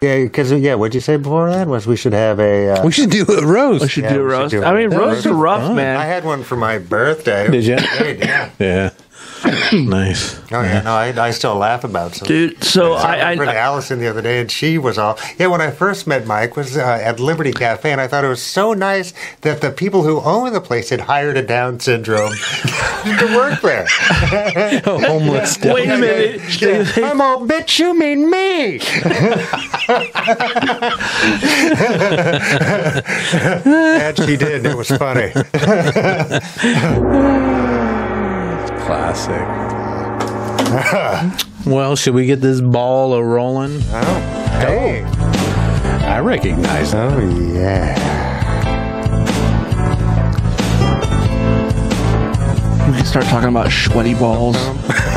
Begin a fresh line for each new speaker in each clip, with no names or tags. Yeah, because yeah, what'd you say before that was we should have a. Uh,
We should do a roast.
We should
Yeah,
do a
we should
roast.
do
I
it.
mean,
That
roasts are
would be
rough,
fun.
I
man.
had one for my birthday.
Did ya?
Great, yeah.
Yeah. nice.
Oh yeah, no, I, I still laugh about some.
Dude, so
I,
I,
remembered
I,
Allison the other day, and she was all yeah. When I first met Mike was uh, at Liberty Cafe, and I thought it was so nice that the people who own the place had hired a Down syndrome to work there.
Homeless.
wait a minute.
Yeah. I'm all bitch. You mean me? and she did. It was funny. Oh,
Classic. well, should we get this ball a rolling?
Oh, hey.
I recognize that.
Oh yeah.
We can start talking about sweaty balls.
I'm-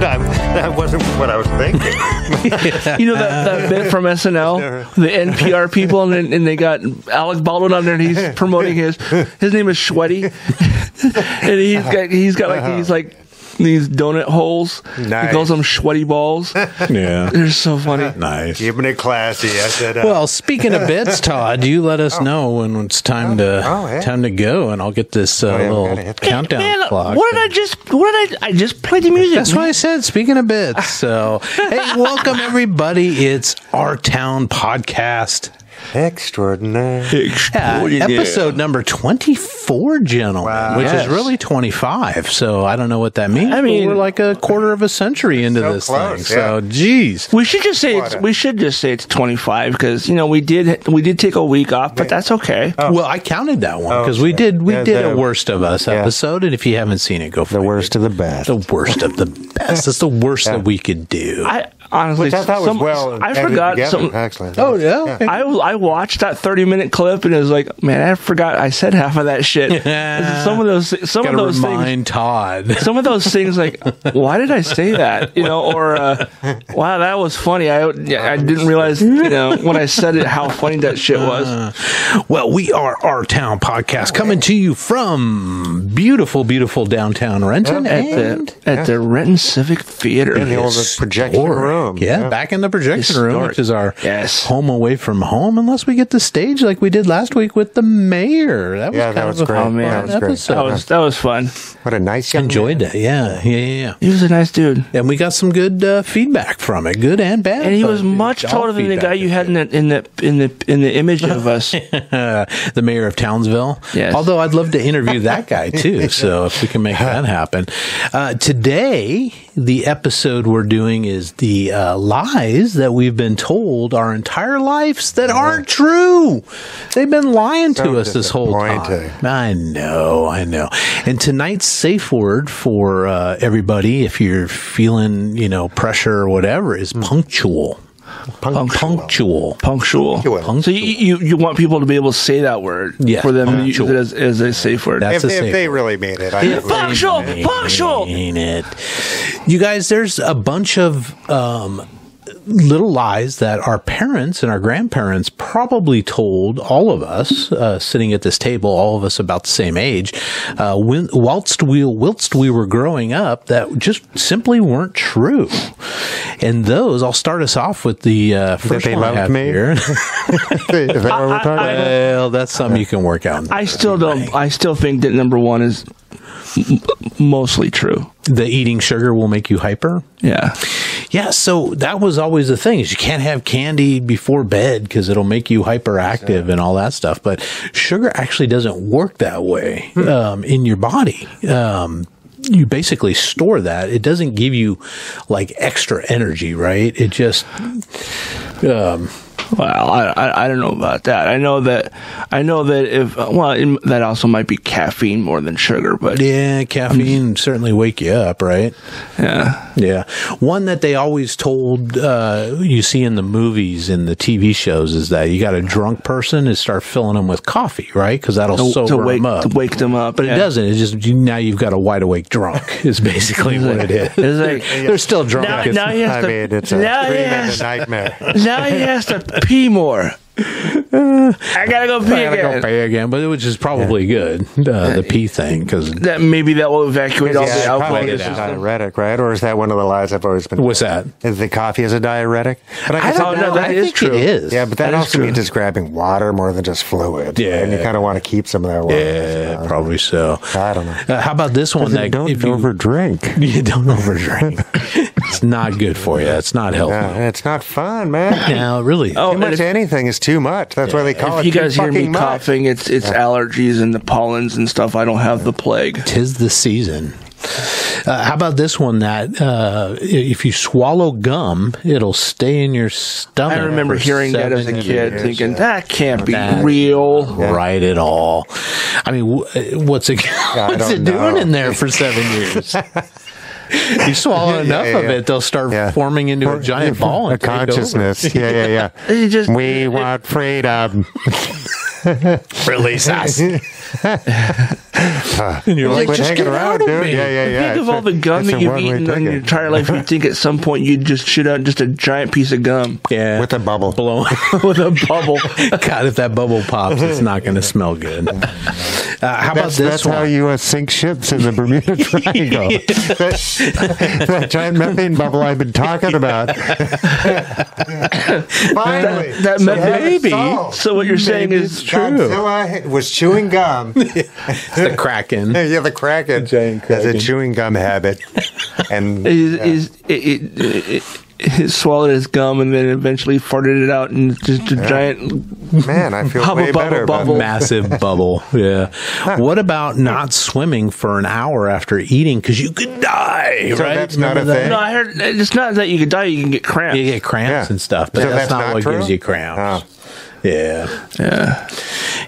that wasn't what I was thinking.
You know that, that bit from SNL, the NPR people, and then, and they got Alec Baldwin on there, and he's promoting his. His name is Sweaty, and he's got he's got like these like these donut holes. He
Nice.
calls them sweaty balls.
Yeah.
They're so funny.
Nice.
Keeping it classy. I said. Uh,
Well, speaking of bits, Todd, you let us know when it's time to
Oh, yeah. Oh,
time to go, and I'll get this uh,
yeah, we gotta
little
hit that.
countdown
Man,
clock.
what did I just? What did I? I just played the music.
That's why I said, speaking of bits. So, hey, welcome everybody. It's Our Town Podcast,
extraordinary.
Yeah, episode number 24, gentlemen,
Wow.
which
Yes.
is really 25. So, I don't know what that means.
I
but
mean-
we're like a quarter of a century into
So
this thing.
close,
So, geez.
We should just say it's,
What a-
we should just say it's twenty five because you know we did we did take a week off, but that's okay.
Well, I counted that one
Oh,
because we
okay.
did we
Yeah,
did
the-
a worst of us episode, and if you haven't seen it, go for
The worst of the best.
the worst of the best. That's the worst that we could do.
I honestly,
Which I thought was
some-
well.
I
edited
forgot
together,
some.
Actually.
yeah.
I, I watched that 30 minute clip and it was like, man, I forgot I said half of that shit.
Yeah.
Some of those, some of
Gotta
those
remind
things,
Todd.
some of those things, like, why did I say that? You know, or uh, wow, that was funny. I yeah, I didn't realize, you know, when I said it, how funny that shit was.
Well, we are our town podcast coming to you from beautiful, beautiful downtown Renton
At
and
the at the Renton Civic Theater.
In the old projection
Historic.
room.
Yeah, back in the projection room,
Historic.
which is our
Yes.
home away from home, unless we get the stage like we did last week with the mayor. That was
Yeah,
kind
that
of
was
a
great.
Oh, man.
fun
That was
great.
episode.
that was that was fun.
What a nice young
Enjoyed it. Yeah, yeah, yeah. yeah.
He was a nice dude.
And we got some good uh, feedback from it, good and bad.
And he
but
was much
all
taller than the
feedback
guy you
is
had in the in the in the in the image of us.
the mayor of Townsville.
Yes.
Although I'd love to interview that guy too. So if we can make that happen. Uh, today, the episode we're doing is the uh, lies that we've been told our entire lives that aren't true. They've been lying to
So
us this whole time.
disappointing.
I know, I know. And tonight's safe word for uh, everybody, if you're feeling, you know, pressure or whatever, is punctual.
Hmm. punctual.
Punctual.
punctual.
Punctual.
So you, you you want people to be able to say that word
Yeah,
for them to use
punctual.
it as, as a safe word.
That's
If,
a
they-
safe
if they really mean it, I yeah.
punctual, punctual.
Ain't it? You guys, there's a bunch of um, little lies that our parents and our grandparents probably told all of us uh, sitting at this table, all of us about the same age, uh, when, whilst we whilst we were growing up, that just simply weren't true. And those, I'll start us off with the uh, first
they
one I
loved
have
me?
here.
Is that what we're talking about?
well, that's something you can work out.
I still don't. I still think that number one is m- mostly true.
the eating sugar will make you hyper.
Yeah,
Yeah, so that was always the thing is you can't have candy before bed because it'll make you hyperactive and all that stuff. But sugar actually doesn't work that way
Hmm.
um, in your body. Um, you basically store that. It doesn't give you like extra energy, right? It just um,
well, I, I I don't know about that. I know that I know that if well it, that also might be caffeine more than sugar, but
yeah, caffeine certainly wake you up, right?
yeah,
Yeah. One that they always told uh, you see in the movies and the TV shows is that you got a drunk person and start filling them with coffee, right? Because that'll sober
to wake
them up.
to wake them up.
but it doesn't. It's just you, now you've got a wide awake drunk. Is basically what it is.
It's like
They're still drunk.
now,
It's-
now he has
I
to
mean, it's a
now,
dream
he
and a
has,
nightmare.
now he has to pee more.
"Eh,
I gotta go pee
I gotta go
again.
pay again, but which is probably good. Uh, the pee thing because
That maybe that will evacuate all the
Yeah,
alcohol.
probably
in
is
the
a
out.
system.
diuretic, right? Or is that one of the lies I've always been?
what's that?
Is the coffee is a diuretic? But
I
guess
don't
don't
know.
know.
That
I
is
think
true.
it is.
Yeah, but that,
That is
also
true.
means it's grabbing water more than just fluid.
Yeah.
and you kind of want to keep some of that water.
Yeah,
Uh,
probably so.
I don't know.
Uh, how about this one? That
don't
if you
overdrink.
you don't overdrink, it's not good for you. It's not healthy.
Uh, it's not fun, man.
No, really.
Oh,
Too
and
much
if,
anything is too much. That's why they call
if
it.
you
too
guys hear me
Oh, fucking much.
coughing, it's it's allergies and the pollens and stuff. I don't have the plague.
tis the season. Uh, how about this one? That uh, i- if you swallow gum, it'll stay in your stomach.
I remember
for
hearing that as a
seven
kid,
years.
thinking that can't be
That's
real.
Right at all. I mean, w- what's it? what's
don't
it
know.
doing in there for seven years? you swallow
Yeah,
enough
yeah,
of
yeah.
it, they'll start
Yeah.
forming into a giant ball.
a
and take over.
consciousness. Yeah, yeah, yeah.
You just-
we want freedom.
Release us. and you're
Quit
like, just
hanging
get out
around,
of
dude.
me.
Yeah, yeah, yeah.
Think of
It's a-
all the gum
it's a
that you've
one-way
eaten in your
ticket.
entire life. You think at some point you'd just shit out just a giant piece of gum
Yeah.
With a bubble.
blowing.
with a bubble.
God, if that bubble pops, it's not going to smell good. Uh, how about
That's,
this
that's
one?
how you uh, sink ships in the Bermuda Triangle. that, that giant methane bubble I've been talking about. Finally,
That- that methane-
maybe.
so what you're saying
Maybe
is
it's true.
Godzilla was chewing gum.
the Kraken.
yeah, the Kraken
Giant
has a
Kraken.
chewing gum habit, and
is is it, it, it, it, it swallowed his gum and then eventually farted it out and just a giant.
uh, man, I feel
Hubble
way
bubble
better about
bubble.
Massive bubble. Yeah. What about not swimming for an hour after eating because you could die,
So
right?
that's not
Remember
a
that?
thing?
No, I heard it's not that you could die; you can get cramps.
You get cramps
Yeah.
and stuff, but
So
that's,
that's
not,
not
what
true?
gives you cramps.
Oh.
Yeah.
Yeah.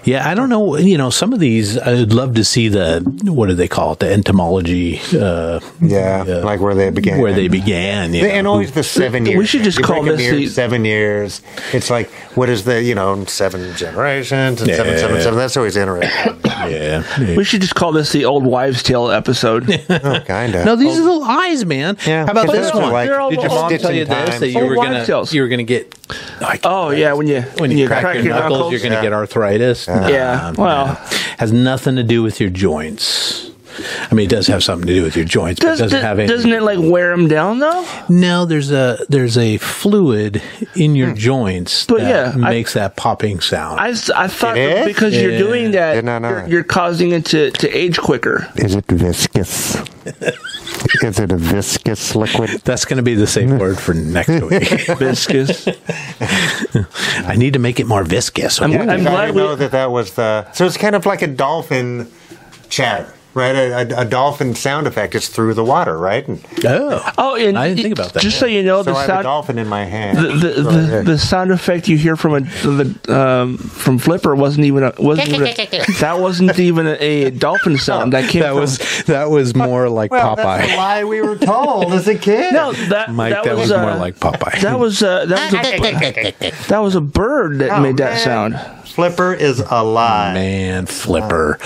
Yeah. I don't know. You know, some of these, I'd love to see the, what do they call it? The entomology, uh,
yeah, like where they began,
where they began. You know.
and always the seven
We
years.
should
thing.
just
You
call
break 'em
this
here,
the-
seven years. It's like what is the you know seven generations and seven
Yeah.
seven seven. That's always interesting.
yeah. yeah.
We should just call this the old wives' tale episode.
oh, kind of.
No, these are the lies, man.
Yeah.
How about
But
this
those are
one?
like-
They're all
Did your mom
old
tell you
stitching
this that
times.
you
Old
were
wives'
gonna
tales.
you were gonna get
Oh yeah, when you
when you, crack, your knuckles, you're gonna
Yeah.
get arthritis?
Yeah, well.
has nothing to do with your joints. I mean, it does have something to do with your joints,
does,
but it doesn't
does-
have any.
doesn't it like wear them down though?
no, there's a there's a fluid in
Hmm.
your joints
But
that
yeah, I-
makes that popping sound.
I, s- I thought
It
that
is?
because you're
Yeah.
doing that,
Did not know
you're,
that.
you're causing it to, to age quicker.
Is it viscous? is it a viscous liquid?
That's going to be the safe
Hmm.
word for next week.
Viscous.
I need to make it more viscous. Oh.
I'm-
I'm
glad
glad
we-
know that that was the. So it's kind of like a dolphin chatter, right? A, a, a dolphin sound effect is through the water, right? And
oh,
Oh, and
I didn't think
it-
about that.
Just so you know,
so I
the
have a
sound.
dolphin in my hand.
The, the,
So,
the,
yeah.
the sound effect you hear from a the, um, from Flipper wasn't even a, wasn't even a, that wasn't even a, a dolphin sound that came
that
from-
was that was more like
well, that's
Popeye.
the lie we were told as a kid.
no that
Mike, that, was,
uh,
more like Popeye.
that was uh, that was a, that was a bird that
Oh,
made that
man.
sound.
Flipper is a lie.
man flipper.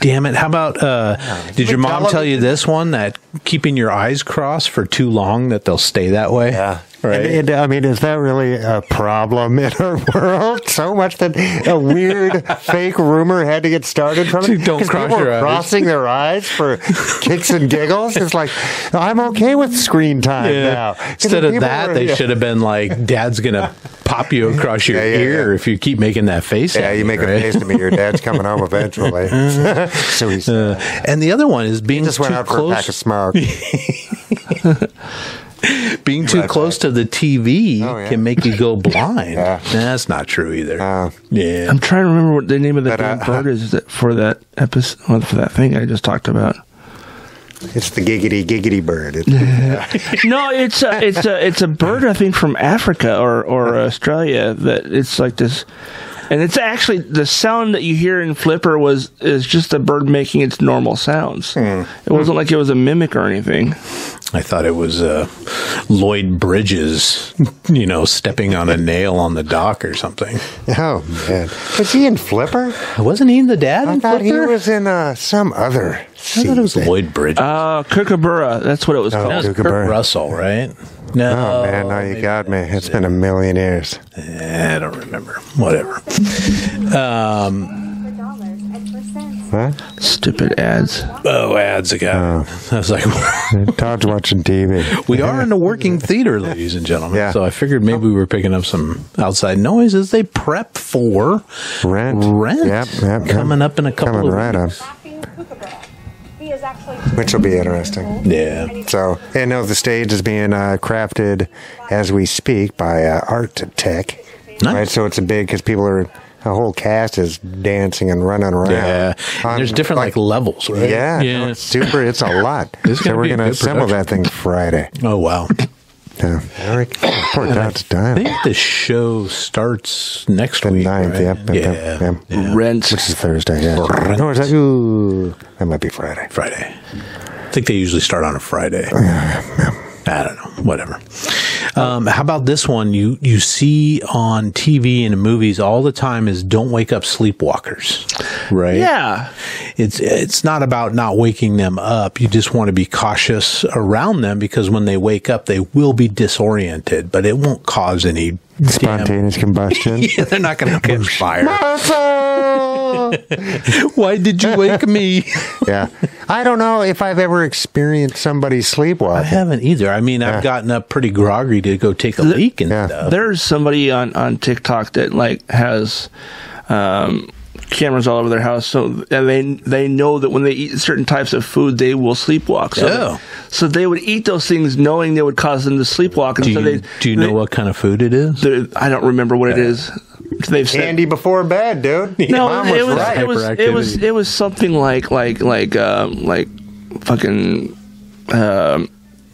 Damn it! How about uh, did your mom tell you this one that keeping your eyes crossed for too long that they'll stay that way?
Yeah.
right.
And, and, I mean, is that really a problem in our world? So much that a weird fake rumor had to get started from it.
Dude, don't
'Cause
cross
people
your
were
eyes.
crossing their eyes for kicks and giggles. It's like I'm okay with screen time
Yeah.
now. 'Cause
Instead
the
of
people
that,
were-
they
yeah.
should have been like, "Dad's gonna pop you across your
Yeah, yeah,
ear
yeah.
if you keep making that face."
Yeah,
at
you
me,
make a
right?
face to me. Your dad's coming home eventually. so he's
Uh, and the other one is being
just went
too
out for a pack of
close.
smoke.
Being too
Right,
close to the TV
Oh, yeah.
can make you go blind.
Yeah.
That's not true either.
Uh,
yeah.
I'm trying to remember what the name of the
But, uh,
damn bird is that for that episode well, for that thing I just talked about.
it's the giggity giggity bird. It's,
no, it's a it's a it's a bird I think from Africa or or Australia that it's like this, and it's actually the sound that you hear in Flipper was is just the bird making its normal sounds.
Hmm.
It wasn't like it was a mimic or anything.
I thought it was uh, Lloyd Bridges, you know, stepping on a nail on the dock or something.
oh man, was he in Flipper?
Wasn't he the dad?
I thought he was in uh, some other
I thought it was
See,
Lloyd Bridges.
Uh, Kookaburra. That's what it was
Oh,
that
called.
was Kurt
Kookaburra.
Russell, right?
Oh,
No,
man, now you got me. It's been a million years.
Eh, I don't remember. Whatever.
for dollars and for cents.
What?
Stupid ads.
Oh, ads again.
Oh.
I was like,
Todd's watching TV.
we are in a working theater, ladies and gentlemen.
Yeah.
So I figured maybe we were picking up some outside noise as they prep for
Rent.
rent
Yep, yep, yep.
coming up in a couple
Coming
of
right up.
weeks.
Acting kookaburra. He is actually
Which will be interesting.
Yeah.
So, and no, the stage is being uh, crafted as we speak by uh, Art Tech.
Nice.
Right, so it's a big because people are a whole cast is dancing and running around.
Yeah.
On-
And there's different like, levels, right?
yeah,
Yeah.
no, it's super. It's a lot.
This is
so
gonna
we're
be a
gonna
good
assemble that thing Friday.
Oh wow.
Yeah. Eric, poor Dot's
I
dying.
think the show starts next
The
week.
ninth.
right?
Yep.
Yeah.
Yep, yep, yep.
Rent.
Which is Thursday. Yeah.
Rent.
Oh, is that? Ooh, that might be Friday.
Friday. I think they usually start on a Friday. I don't know. Whatever. Um, how about this one? You you see on TV and in movies all the time is "Don't wake up sleepwalkers," right?
Yeah.
It's it's not about not waking them up. You just want to be cautious around them because when they wake up, they will be disoriented, but it won't cause any.
Spontaneous combustion.
Yeah, they're not going to catch fire.
Awesome!
Why did you wake me?
yeah. I don't know if I've ever experienced somebody
I
sleepwalking.
haven't either. I mean, I've gotten up pretty groggy to go take a leak and
Yeah.
stuff.
There's somebody on, on TikTok that like has um, cameras all over their house, so and they they know that when they eat certain types of food, they will sleepwalk. So,
Oh.
so they would eat those things knowing they would cause them to sleepwalk. And
Do
so
you,
they
do you know what kind of food it is?
they- I don't remember what it is. They've said,
Candy before bed, dude.
No,
Mom
it was
right.
it was it was
Hyperactivity.
it was something like like like um, like fucking. Um,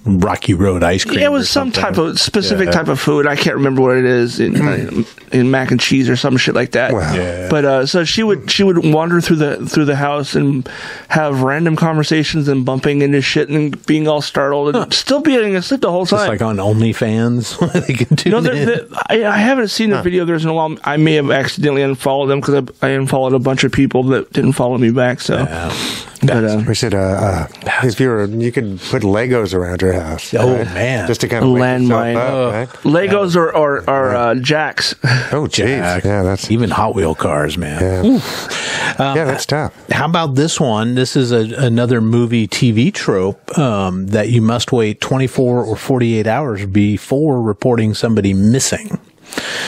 Rocky Road ice cream.
yeah, it was
or
some
something.
type of specific
Yeah. Hmm.
type of food. I can't remember what it is in uh, in mac and cheese or some shit like that.
Wow.
Yeah.
But uh, so she would she would wander through the through the house and have random conversations and bumping into shit and being all startled and still being asleep the whole
Just
time.
like on OnlyFans. they can tune
No, there,
in.
there, I, I haven't seen a video. There's in a while. I may have accidentally unfollowed them because I, I unfollowed a bunch of people that didn't follow me back. So, but, uh,
We should, uh, uh, if you were, you could put Legos around your house.
Oh, man. Oh,
Just to kind of
Landmine. Legos or or, or uh, jacks.
Oh, jeez.
Jack.
Yeah, that's
even Hot Wheel cars, man.
yeah.
Um,
yeah, that's tough.
How about this one? This is a, another movie TV trope um, that you must wait 24 or 48 hours before reporting somebody missing.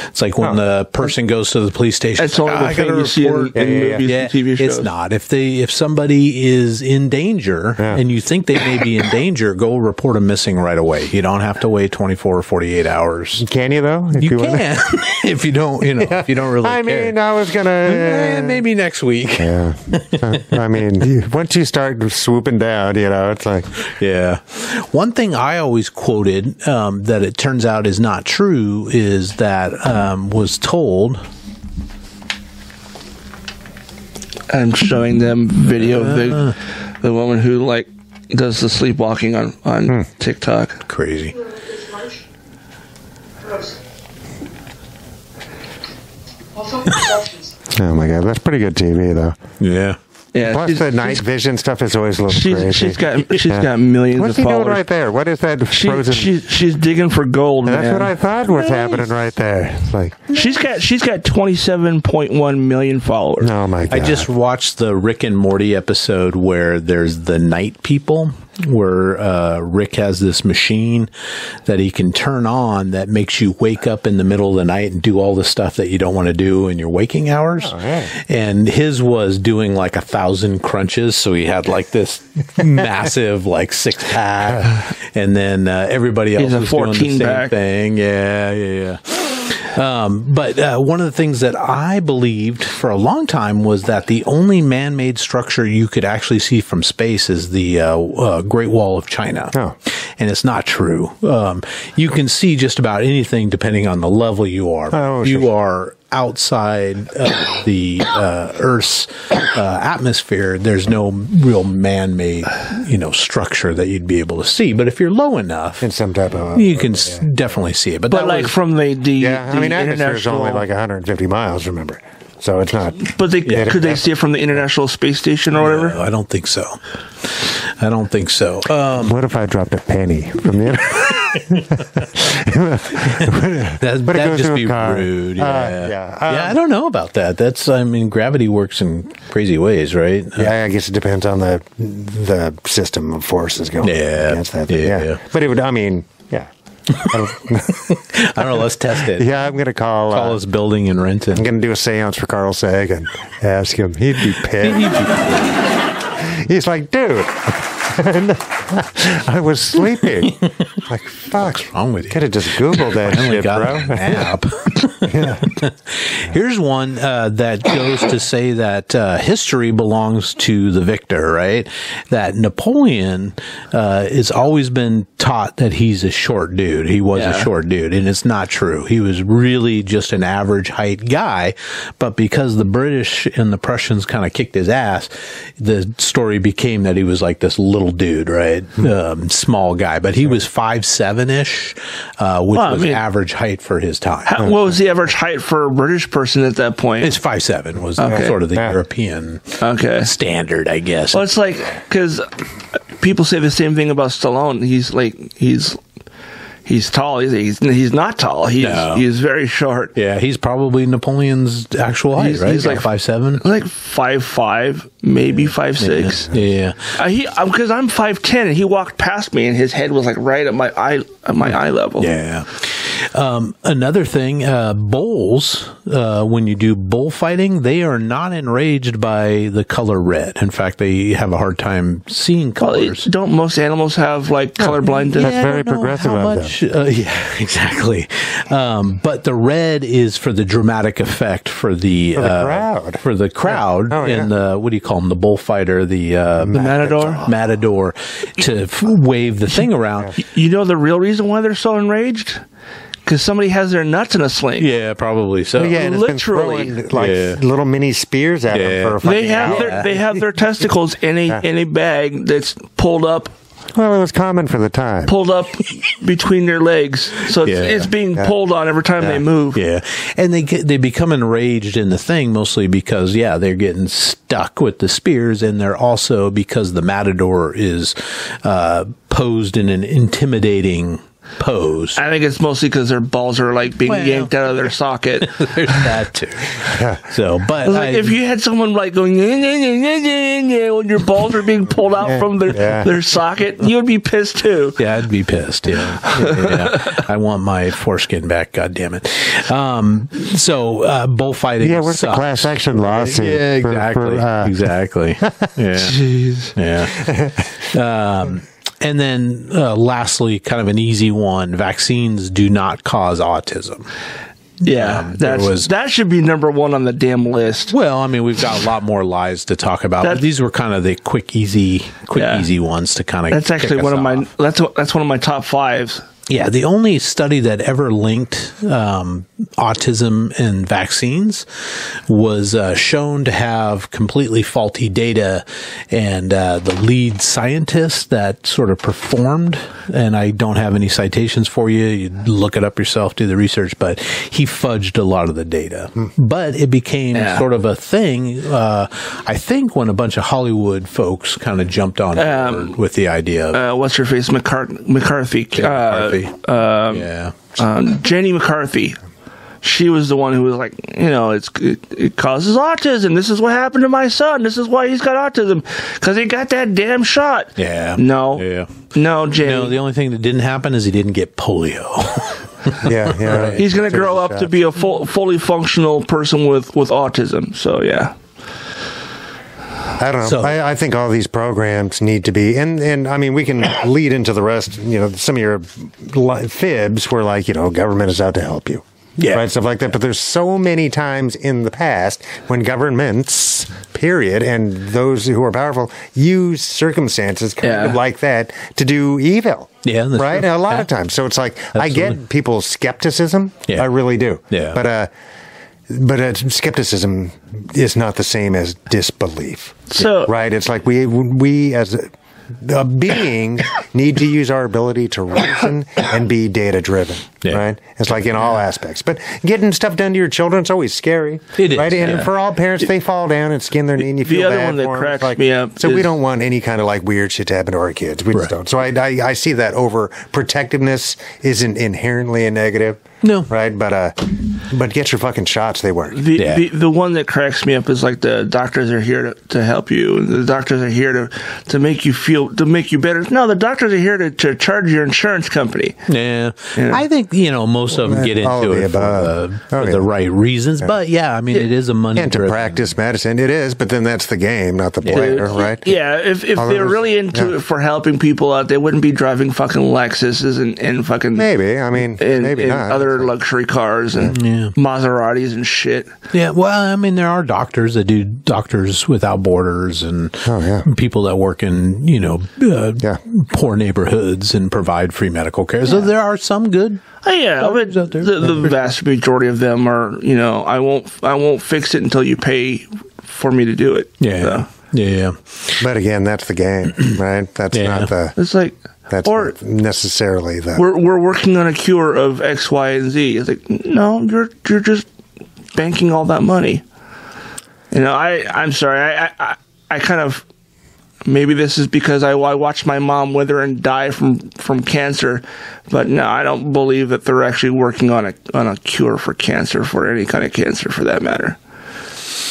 It's like when the person goes to the police station.
That's
like,
only
"Ah, I
the thing
gotta
you see in,
report."
in
Yeah, yeah,
movies
Yeah,
and TV shows.
it's not. If they if somebody is in danger and you think they may be in danger, go report them missing right away. You don't have to wait 24 or 48 hours.
Can you, though? If
You
wanna-
can if you don't, you know, if you don't really
I
care.
uh,
mean, I was going
Eh,
to.
maybe next week.
Yeah. I mean, you- once you start swooping down, you know, it's like,
Yeah. One thing I always quoted um, that it turns out is not true is that um, was told.
I'm showing them video of
Ah.
the the woman who like does the sleepwalking on on
Hmm.
TikTok.
Crazy.
Also, productions.
oh my God, that's pretty good TV, though.
Yeah.
Yeah,
Plus,
Uh, she's,
the night vision stuff is always a little
she's,
crazy.
she's got she's
Yeah.
got millions
What's
of
he
followers.
doing right there? What is that
She-
frozen?
she's she's digging for gold,
That's
man.
what I thought was happening right there. It's like,
She's got she's got 27.1 million followers.
oh my god!
I just watched the Rick and Morty episode where there's the night people, where uh, Rick has this machine that he can turn on that makes you wake up in the middle of the night and do all the stuff that you don't want to do in your waking hours.
yeah.
And his was doing like a thousand crunches, so he had like this massive like six pack, and then uh, everybody else
He's a
was doing the
14
same
pack.
thing. Yeah, yeah, yeah. Um, but uh, one of the things that I believed for a long time was that the only man-made structure you could actually see from space is the uh, uh, Great Wall of China.
Oh.
And it's not true. Um, you can see just about anything depending on the level you are.
Oh,
you
sure.
are outside of the uh, Earth's uh, atmosphere. There's no real man-made, you know, structure that you'd be able to see. But if you're low enough,
in some type of.
you can s definitely see it. But,
But
that
like
was-
from the the,
yeah,
the
I mean, atmosphere is
international
only like 150 miles. Remember, so it's not.
But they
Yeah.
could they see it from the International Space Station or whatever?
No, I don't think so. I don't think so. Um,
What if I dropped a penny from the?
that,
But it
that'd
goes
just
through a
be
car.
rude. Yeah,
Uh,
yeah.
yeah.
I
Um,
don't know about that. That's. I mean, gravity works in crazy ways, right?
Yeah, I guess it depends on the the system of forces going
Yeah.
against that. thing,
Yeah,
Yeah,
yeah.
but it would. I mean, yeah, I don't-
I don't know. Let's test it.
yeah. I'm gonna call.
Call
Uh,
this building in Renton.
I'm gonna do a séance for Carl Sagan. Ask him. He'd be pissed. He's like, dude. I was sleeping. Like, fuck. What's
wrong with you?
Could have just Googled that
I only
shit,
got
bro.
an app. Here's one uh, that goes to say that uh, history belongs to the victor, right? That Napoleon uh, has always been taught that he's a short dude. He was a
Yeah.
short dude, and it's not true. He was really just an average height guy, but because the British and the Prussians kind of kicked his ass, the story became that he was like this little dude, right?
Hmm.
Um, small guy, but he was five seven ish, uh, which
Well, I
was
mean-
average height for his time.
How- what was the average height for a British person at that point?
It's five seven was
Okay.
sort of the
Yeah.
European
okay.
standard, I guess.
Well, it's like because people say the same thing about Stallone. He's like he's he's tall. He's he's, he's not tall. He's
No.
he's very short.
yeah, he's probably Napoleon's actual height,
He's-
right?
he's like-
five seven.
Like five five, maybe five six.
Yeah,
Uh, he because I'm five ten, and he walked past me, and his head was like right at my eye at my eye level.
yeah. Um, another thing, uh, bulls. Uh, when you do bullfighting, they are not enraged by the color red. In fact, they have a hard time seeing
Well,
colors.
don't most animals have like color blindness?
That's very progressive
how
of them.
much, uh, yeah, exactly. Um, but the red is for the dramatic effect for the,
the
uh,
crowd.
for the crowd,
Oh, yeah.
and the what do you call them? The bullfighter, the uh, the
matador?
matador, to f- wave the thing around.
You know the real reason why they're so enraged? Because somebody has their nuts in a sling.
Yeah, probably so.
Yeah, and it's been
Literally.
throwing, like
Yeah.
little mini spears at
Yeah.
him for a fucking
They have
hour.
their they have their testicles in a in a bag that's pulled up
Well, it was common for the time.
pulled up between their legs, so it's,
Yeah.
it's being
Yeah.
pulled on every time they move.
Yeah, and they get, they become enraged in the thing mostly because yeah they're getting stuck with the spears, and they're also because the matador is uh, posed in an intimidating pose.
I think it's mostly because their balls are like being
Well.
yanked out of their socket.
There's that too. So, but
It's like
I-
if you had someone like going "Yeah, yeah, yeah, yeah, yeah, yeah," when your balls are being pulled out from their
Yeah.
their socket, you would be pissed too.
Yeah, I'd be pissed. Yeah, Yeah, yeah. I want my foreskin back. God damn it. Um, so uh, bullfighting.
yeah, where's the
sucks.
class action lawsuit?
Yeah,
for- for,
exactly,
uh,
exactly. Yeah,
Jeez.
yeah. Um, and then, uh, lastly, kind of an easy one: vaccines do not cause autism.
Yeah,
Um, there
that's,
was-
that should be number one on the damn list.
Well, I mean, we've got a lot more lies to talk about. but
That-
these were kind of the quick, easy, quick,
Yeah.
easy ones to kind of.
That's actually one of my that's that's one of my top fives.
Yeah, the only study that ever linked um, autism and vaccines was uh, shown to have completely faulty data, and uh, the lead scientist that sort of performed, and I don't have any citations for you. You look it up yourself, do the research, but he fudged a lot of the data. But it became
Hmm. Yeah.
sort of a thing, uh, I think, when a bunch of Hollywood folks kind of jumped on
Um,
board with the idea of
Uh, what's her face McCart- McCarthy?
McCarthy.
Uh,
yeah.
um, Jenny McCarthy. She was the one who was like, you know, it's it, it causes autism. This is what happened to my son. This is why he's got autism because he got that damn shot.
Yeah.
No.
Yeah.
No, Jenny.
No, the only thing that didn't happen is he didn't get polio.
yeah, yeah.
he's going to grow up to be a full, fully functional person with with autism. So yeah.
I don't know.
So-
I, I think all these programs need to be, and and I mean, we can lead into the rest. You know, some of your li- fibs were like, you know, government is out to help you.
Yeah.
Right, stuff like that. But there's so many times in the past when governments, period, and those who are powerful use circumstances kind
Yeah.
of like that to do evil.
Yeah, that's
right.
true.
A lot
Yeah.
of times, so it's like I
Absolutely.
get people's skepticism.
Yeah.
I really do.
Yeah.
But uh, but uh, skepticism is not the same as disbelief
So
right it's like we we as the beings need to use our ability to reason and be data driven.
Yeah.
Right? It's like in all aspects. But getting stuff done to your children is always scary.
It is,
Right? And
yeah.
for all parents, they fall down and skin their knee and you
The
feel
other
bad
one that
for 'em. It's
cracks
like-
me up
So we
is-
don't want any kind of like weird shit to happen to our kids. We
Right.
just don't. So I, I, I see that over protectiveness isn't inherently a negative.
No.
Right? But uh, but get your fucking shots. They work.
The,
Yeah.
the the one that cracks me up is like the doctors are here to, to help you. The doctors are here to, to make you feel to make you better. No, the doctors are here to, to charge your insurance company.
Yeah. I think you know most of them get
all
into
of the
it for,
above.
the, for
Oh,
the
yeah.
right reasons, but yeah, I mean it is a money
And to
driven-
practice medicine, it is, but then that's the game, not the player, right?
Yeah, if, if
Although
they're
there's-
really into
yeah.
it for helping people out, they wouldn't be driving fucking Lexuses and, and fucking
Maybe. I mean,
and,
maybe
and
not.
other luxury cars and
Yeah.
Maseratis and shit.
Yeah, well, I mean, there are doctors that do Doctors Without Borders and
Oh, yeah.
people that work in, you know, uh,
Yeah.
poor neighborhoods and provide free medical care. So there are some good.
Oh, yeah, I mean,
Doctors out there.
the, the vast majority of them are you know I won't I won't fix it until you pay for me to do it.
Yeah.
So.
Yeah. yeah.
But again, that's the game, right? That's
Yeah.
not the.
It's like,
That's
or
not necessarily the.
we're we're working on a cure of X, Y, and Z. It's like, no, you're you're just banking all that money. You know, I I'm sorry, I I, I, I kind of maybe this is because I, I watched my mom wither and die from from cancer, but no, I don't believe that they're actually working on a on a cure for cancer for any kind of cancer for that matter.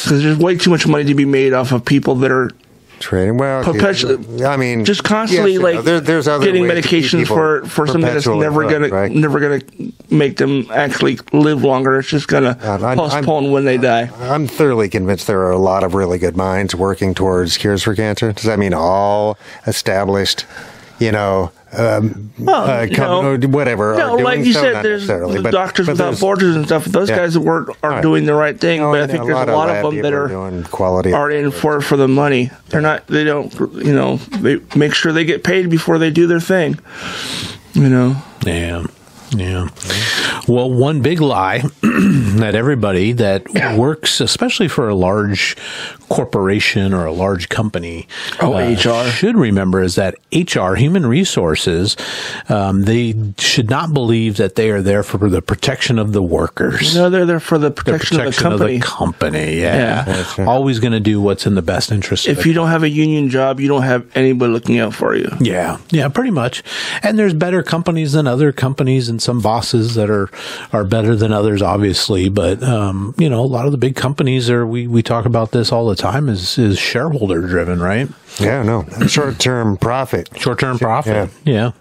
Because there's way too much money to be made off of people that are
Trading. Well,
Perpetual-
I mean,
just constantly
yes and no.
like
There- there's other
getting
ways to keep
medications
people
for for something that's
perpetually
never
hooked,
gonna
right?
never gonna make them actually live longer. It's just gonna
God, I'm-
postpone
I'm-
when they die.
I'm thoroughly convinced there are a lot of really good minds working towards cures for cancer. Does that mean all established, you know, um,
Well,
uh,
you
com-
know,
or whatever? are
No, like
doing
you
so,
said,
not
there's
necessarily,
the
but-
doctors
but
without
there's-
borders and stuff. Those
Yeah.
guys are, are
All right.
doing the right thing,
Oh,
but I
and
think there's a lot
lab
of, them that
people
are
doing quality.
are in for for the money. They're not. They don't. You know, they make sure they get paid before they do their thing. You know.
Yeah. Yeah. Well, one big lie that everybody that works, especially for a large corporation or a large company, uh,
Oh, HR.
should remember is that HR, human resources, um, they should not believe that they are there for the protection of the workers.
No, they're there for the
The
protection, of the company.
company, yeah.
Yeah.
Always going to do what's in the best interest of the
if you don't have a union job, you don't have anybody looking out for you.
Yeah, yeah, pretty much. And there's better companies than other companies, and some bosses that are are better than others, obviously. But um, you know, a lot of the big companies are. We we talk about this all the time. Is is shareholder driven, right?
Yeah, no, short-term profit.
Short term profit. Yeah.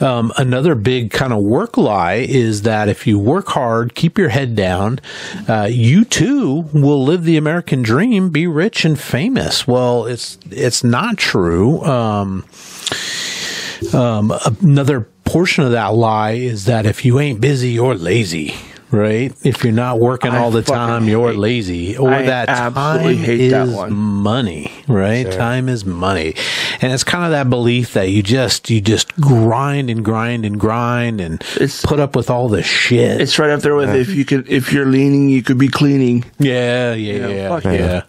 Um, another big kind of work lie is that if you work hard, keep your head down, uh, you too will live the American dream, be rich and famous. Well, it's it's not true. Um, um, another portion of that lie is that if you ain't busy, you're lazy. Right? If you're not working
I
all the
fucking
time, you're
hate-
lazy, or
I
that
absolutely
time
hate
is
that one.
money, right? Time is money. And it's kind of that belief that you just you just grind and grind and grind and
It's-
put up with all the shit.
It's right up there with if you could, if you're leaning, you could be cleaning.
yeah, yeah,
know,
yeah,
fuck
yeah,
yeah.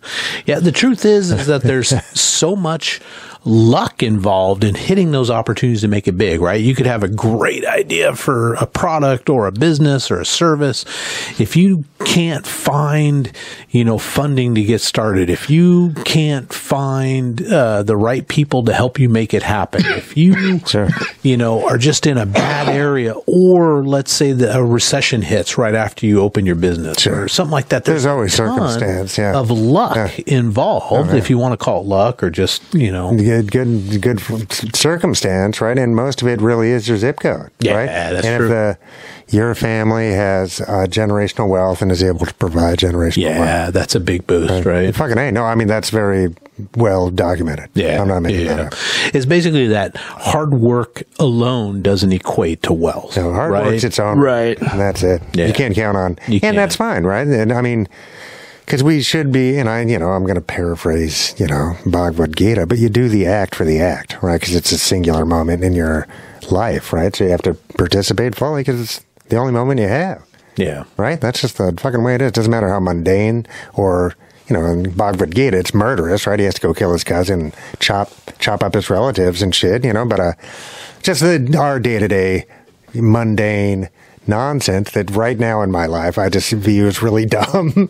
yeah. the truth is is that there's so much luck involved in hitting those opportunities to make it big, right? You could have a great idea for a product or a business or a service. If you can't find, you know, funding to get started, if you can't find uh, the right people to help you make it happen, if you
Sure.
you know, are just in a bad area, or let's say that a recession hits right after you open your business or something like that.
There's
a
always
ton
circumstance, yeah.
of luck
Yeah.
involved, if you want to call it luck or just you know.
good, good, good f- circumstance, right? And most of it really is your zip code,
Yeah,
right?
that's
and
true.
if the, your family has uh, generational wealth and is able to provide generational wealth,
Yeah, that's a big boost,
it
right?
fucking ain't. No, I mean that's very well documented.
Yeah,
I'm not making
yeah.
that up.
It's basically that hard work alone doesn't equate to wealth.
So hard
right?
work's its own.
Right.
And that's it.
Yeah.
You can't count on.
You
and
can't.
that's fine, right? And I mean, because we should be, and I, you know, I'm going to paraphrase, you know, Bhagavad Gita, but you do the act for the act, right? Because it's a singular moment in your life, right? So you have to participate fully because it's the only moment you have,
yeah.
right? That's just the fucking way it is. Doesn't matter how mundane or you know, in Bhagavad Gita, it's murderous, right? He has to go kill his cousin, chop chop up his relatives and shit, you know. But uh, just the our day to day mundane nonsense that right now in my life I just view as really dumb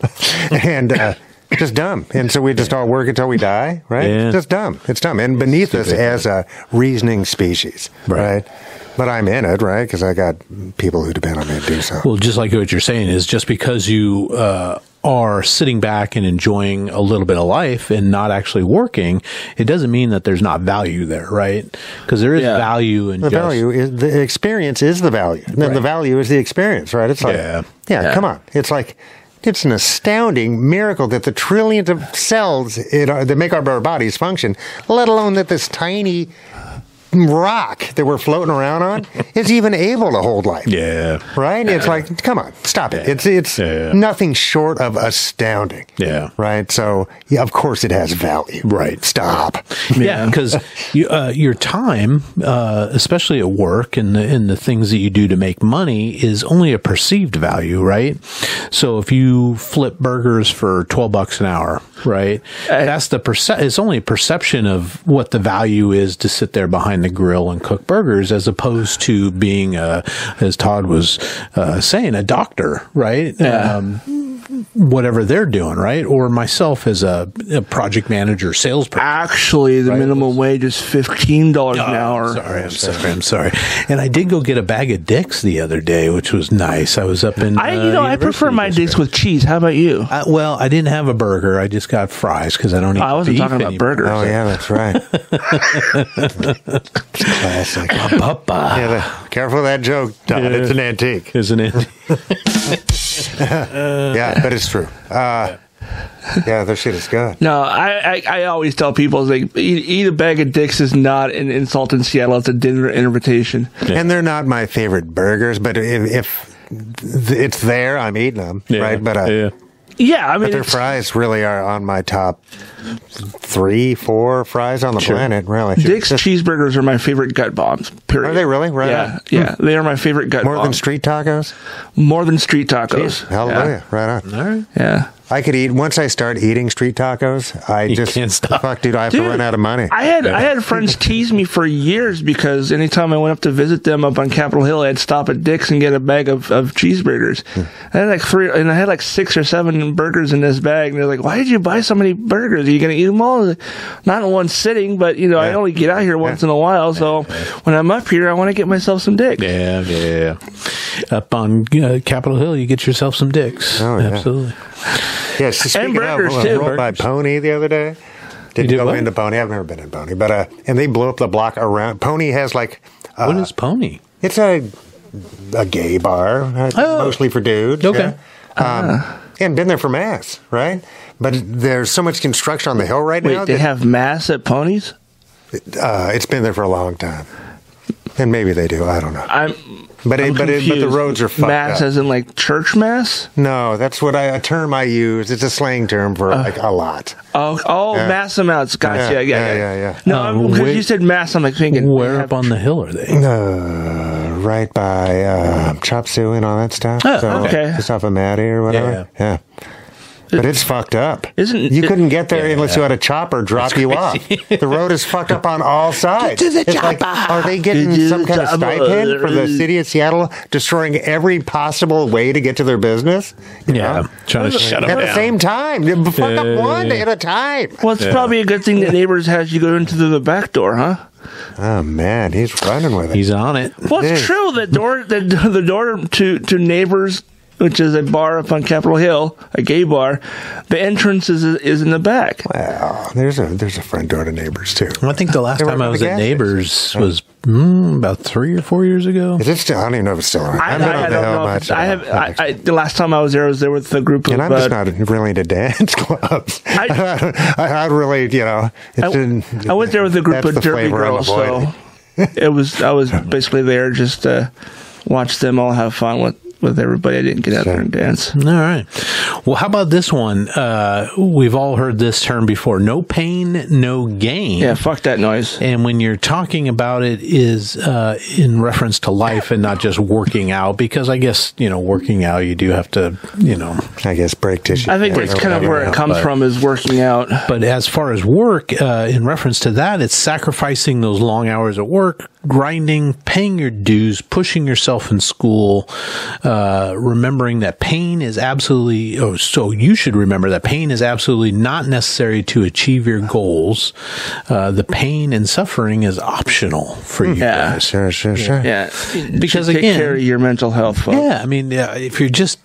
and uh, just dumb. And so we just all work until we die, right?
Yeah.
Just dumb. It's dumb. And beneath us as a reasoning species,
Right.
right? But I'm in it, right? Because I got people who depend on me to do so.
Well, just like what you're saying is just because you uh, are sitting back and enjoying a little bit of life and not actually working, it doesn't mean that there's not value there, right? Because there is
Yeah.
value in
the
just
value is the experience is the value. Then the value is the experience, right? It's like,
Yeah.
yeah.
Yeah.
come on. It's like, it's an astounding miracle that the trillions of cells in our, that make our bodies function, let alone that this tiny rock that we're floating around on is even able to hold life.
Yeah.
Right? It's like, come on, stop it. It's it's
Yeah.
nothing short of astounding.
Yeah.
Right? So, yeah, of course it has value.
Right.
Stop.
Yeah, because you, uh, your time, uh, especially at work and the, and the things that you do to make money, is only a perceived value, right? So if you flip burgers for twelve bucks an hour, right? that's the perce- It's only a perception of what the value is to sit there behind the grill and cook burgers, as opposed to being, a, as Todd was uh, saying, a doctor, right? Um, whatever they're doing, right? Or myself as a, a project manager, salesperson.
Actually, the minimum wage is fifteen dollars an hour.
Sorry, I'm sorry, I'm sorry. And I did go get a bag of dicks the other day, which was nice. I was up in.
I,
uh,
you know, I
University
prefer my
District.
dates with cheese. How about you?
Uh, well, I didn't have a burger. I just got fries because I don't eat.
Oh, I wasn't
beef
talking about
anymore.
burgers.
Oh yeah, that's right. Classic.
Papa,
Yeah, the, careful of that joke. Todd. It's an antique.
isn't it?
Yeah, but it's true. Uh, yeah, their shit is good.
No, I, I, I always tell people like eat, eat a bag of dicks is not an insult in Seattle. It's a dinner invitation.
And they're not my favorite burgers, but if, if th- it's there, I'm eating them, right? But, uh,
yeah.
Yeah, I mean,
but their
it's-
fries really are on my top three, four fries on the planet, really.
Dick's
Just
cheeseburgers are my favorite gut bombs. Period.
Are they really? Right
Yeah,
on.
yeah, they are my favorite gut
more than
bombs.
street tacos?
more than street tacos.
Hallelujah. Right on.
All right.
Yeah. yeah.
I could eat, once I start eating street tacos, I just
can't stop.
Fuck, dude, I have to
Dude,
run out of money.
I had I had friends tease me for years because anytime I went up to visit them up on Capitol Hill, I'd stop at Dick's and get a bag of, of cheeseburgers.
Hmm.
I had like three, and I had like six or seven burgers in this bag. And they're like, "Why did you buy so many burgers? Are you gonna eat them all?" I was like, Not in one sitting, but you know, I
Yeah.
only get out here once in a while. So when I'm up here, I want to get myself some Dick.
Yeah, yeah, yeah. Up on uh, Capitol Hill, you get yourself some dicks.
Oh, yeah.
Absolutely.
Yes, speaking
burgers,
of, I
too.
rode by
Burgers.
Pony the other day. Didn't
did
go
what?
into Pony. I've never been in Pony, but uh, and they blew up the block around. Pony has like uh,
what is pony?
it's a a gay bar, uh,
Oh.
mostly for dudes.
Okay.
yeah. Um, And been there for mass, right? But there's so much construction on the hill right now.
Wait, they
that,
have mass at ponies?
uh, it's been there for a long time, and maybe they do. I don't know.
I'm.
But it,
I'm
but it, but the
confused.
roads are fucked
mass
up.
as in like church mass.
no, that's what I a term I use. It's a slang term for like a lot.
Oh, oh,
Yeah. mass
mass amounts. Gotcha. Yeah, yeah, yeah.
yeah, yeah.
No,
Uh,
I'm- 'cause
wait.
you said mass. I'm like thinking.
Where
yeah.
up on the hill are they?
Uh, right by uh, Chop Suey and all that stuff.
Oh, okay.
Just off of Maddie or whatever. Yeah. But it's fucked up.
Isn't-
you
it-
couldn't get there unless you had a chopper drop you off. The road is fucked up on all sides.
to the
It's like,
chopper.
are they getting
Get to
some
the
kind of
chopper.
stipend for the city of Seattle, destroying every possible way to get to their business? You
Yeah,
know?
trying to shut 'em
At the
down.
same time, fuck up one at a time.
Well, it's probably a good thing that neighbors has you go into the, the back door, huh?
Oh man, he's running with it.
He's on it.
Well, it's
Yeah.
true. The door, the, the door to to neighbors, which is a bar up on Capitol Hill, a gay bar. The entrance is is in the back.
Well, there's a there's a front door to neighbors too.
I think the last
They were
time I
at the
was at
gas
Neighbors was mm, about three or four years ago.
Is it still? I don't even know if it's still around.
I,
I've been
I- I
on the
don't
hill
know. if
much.
it's- I have. I, I, the last time I was there, I was there with a group of.
and I'm just
uh,
not really into dance clubs. I,
I-
I, really, you know, it
I,
didn't.
I went there with a group
that's
of
the
derby
flavor I'm
girls, so
avoiding.
it was I was basically there just to watch them all have fun with with everybody. I didn't get out there and dance.
All right. Well, how about this one? Uh, we've all heard this term before: no pain, no gain.
Yeah, fuck that noise.
And when you're talking about it, is uh, in reference to life and not just working out, because I guess you know working out you do have to you know.
I guess break tissue.
I think
Yeah,
that's
no,
kind of
no,
where
no.
it comes
but-
from is working out.
But as far as work, uh, in reference to that, it's sacrificing those long hours at work, grinding, paying your dues, pushing yourself in school, uh, remembering that pain is absolutely, oh, so you should remember that pain is absolutely not necessary to achieve your goals. Uh, the pain and suffering is optional for you
Yeah.
guys.
Sure, sure, sure.
Yeah,
Because
take
again-
care of your mental health. Folks.
Yeah, I mean, yeah, if you're just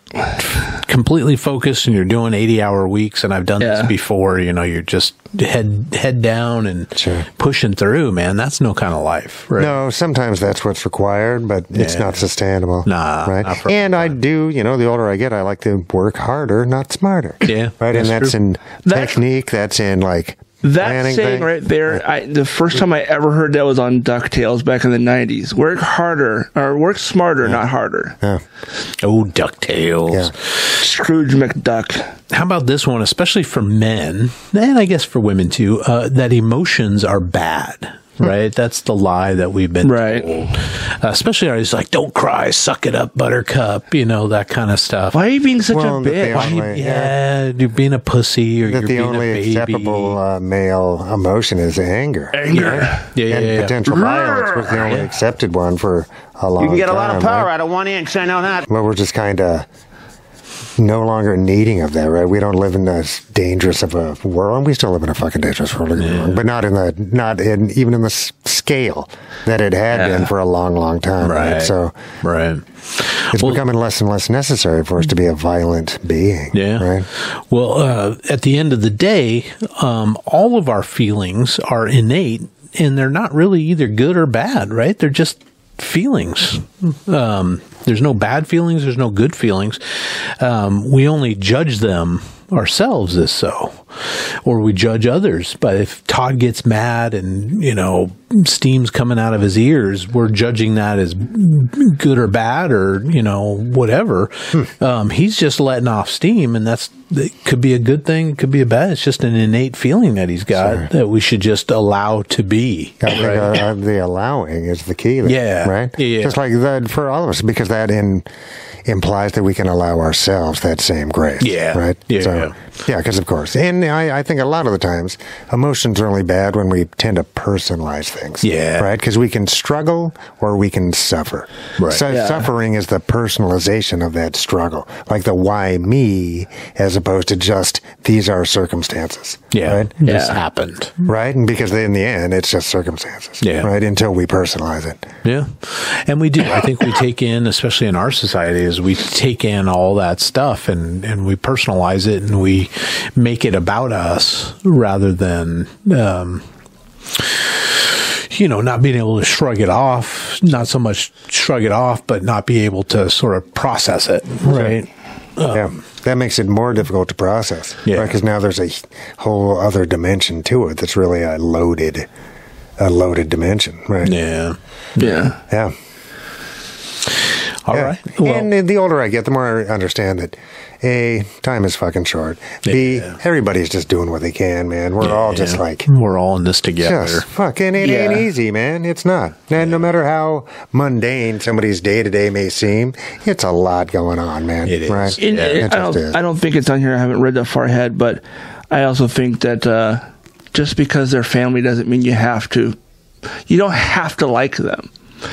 completely focused and you're doing 80 hour weeks, and I've done
Yeah.
this before, you know, you're just head head down and
Sure.
pushing through, man. That's no kind of life, right?
No, sometimes that's what's required, but it's
Yeah.
not sustainable.
Nah,
right.
not for a
and I do, you know, the older I get, I like to work harder, not smarter.
Yeah,
right. and
that's
that's
true.
in
That-
technique. That's in like
That
planning
saying
thing.
right there, I, the first time I ever heard that was on DuckTales back in the 90s. Work harder, or work smarter, not harder.
Yeah.
Oh, ducktails.
Yeah.
Scrooge McDuck.
How about this one, especially for men, and I guess for women too, uh, that emotions are bad.
Hmm.
Right, that's the lie that we've been
Right.
told. Uh, especially always like, "Don't cry, suck it up, Buttercup," you know that kind of stuff.
Why are you being such
Well,
a
that they
bitch?
are-
Why-
Only-
yeah, you're being a pussy or
That
you're
the
being
only
a baby.
acceptable uh, male emotion is anger.
Anger.
yeah, yeah,
and
yeah, yeah.
potential violence was the only accepted one for a long time.
You can get a lot of power
right?
out of one inch. I know that.
But we're just kind of no longer needing of that, right? We don't live in as dangerous of a world, and we still live in a fucking dangerous world, don't get me wrong, but not in the not in even in the s- scale that it had been for a long, long time, right?
Right.
So
Right.
it's becoming less and less necessary for us to be a violent being,
Yeah.
right?
Well, uh, at the end of the day, um, all of our feelings are innate and they're not really either good or bad, right? They're just feelings. Um, there's no bad feelings, there's no good feelings. Um, we only judge them ourselves as so, or we judge others. But if Todd gets mad and, you know, steam's coming out of his ears, we're judging that as good or bad or, you know, whatever. Um, he's just letting off steam and that's, it could be a good thing, could be a bad. It's just an innate feeling that he's got that we should just allow to be.
I think uh, uh, the allowing is the key. There,
Yeah.
Right?
Yeah, yeah.
Just like that for all of us, because that in, implies that we can allow ourselves that same grace.
Yeah.
Right?
Yeah, yeah.
So, yeah, because of course. And I, I think a lot of the times, emotions are only bad when we tend to personalize things.
Yeah.
Right? Because we can struggle or we can suffer.
Right.
So
Yeah.
suffering is the personalization of that struggle, like the why me, as opposed to just these are circumstances.
Yeah.
Right?
This
Yeah.
happened.
right? And because in the end, it's just circumstances,
Yeah.
right? Until we personalize it,
Yeah. And we do. I think we take in, especially in our society, is we take in all that stuff and, and we personalize it and we make it about us rather than, um, you know, not being able to shrug it off, not so much shrug it off, but not be able to sort of process it. Right.
yeah, that makes it more difficult to process,
Um, Yeah.
Because now there's a h- whole other dimension to it that's really a loaded, a loaded dimension, right?
Yeah.
Yeah.
yeah.
All
Yeah.
right. Well,
and the older I get, the more I understand that a time is fucking short. B
Yeah.
everybody's just doing what they can, man. We're all just
yeah.
like
we're all in this together.
Just fucking it ain't
Yeah.
easy, man. It's not. And no matter how mundane somebody's day to day may seem, it's a lot going on, man.
It is.
Right?
In-
Yeah,
it
uh, I,
just
don't,
is.
I don't think it's on here. I haven't read that far ahead, but I also think that uh, just because they're family doesn't mean you have to. You don't have to like them.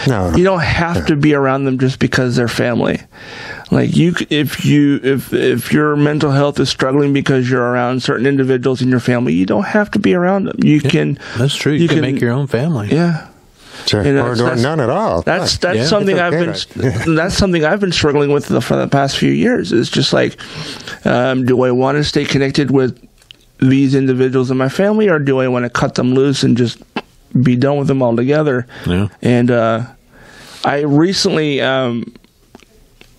no, no.
you don't have to be around them just because they're family. Like you, c- if you, if if your mental health is struggling because you're around certain individuals in your family, you don't have to be around them. You can.
That's true. You, can, make your own family.
Yeah,
Sure.
you know,
or,
that's-
or
that's-
none at all.
that's
Fuck.
that's
Yeah.
something
It's
I've
okay,
been. that's something I've been struggling with the, for the past few years. It's just like, um, do I want to stay connected with these individuals in my family, or do I want to cut them loose and just be done with them altogether?
Yeah.
And uh, I recently, um,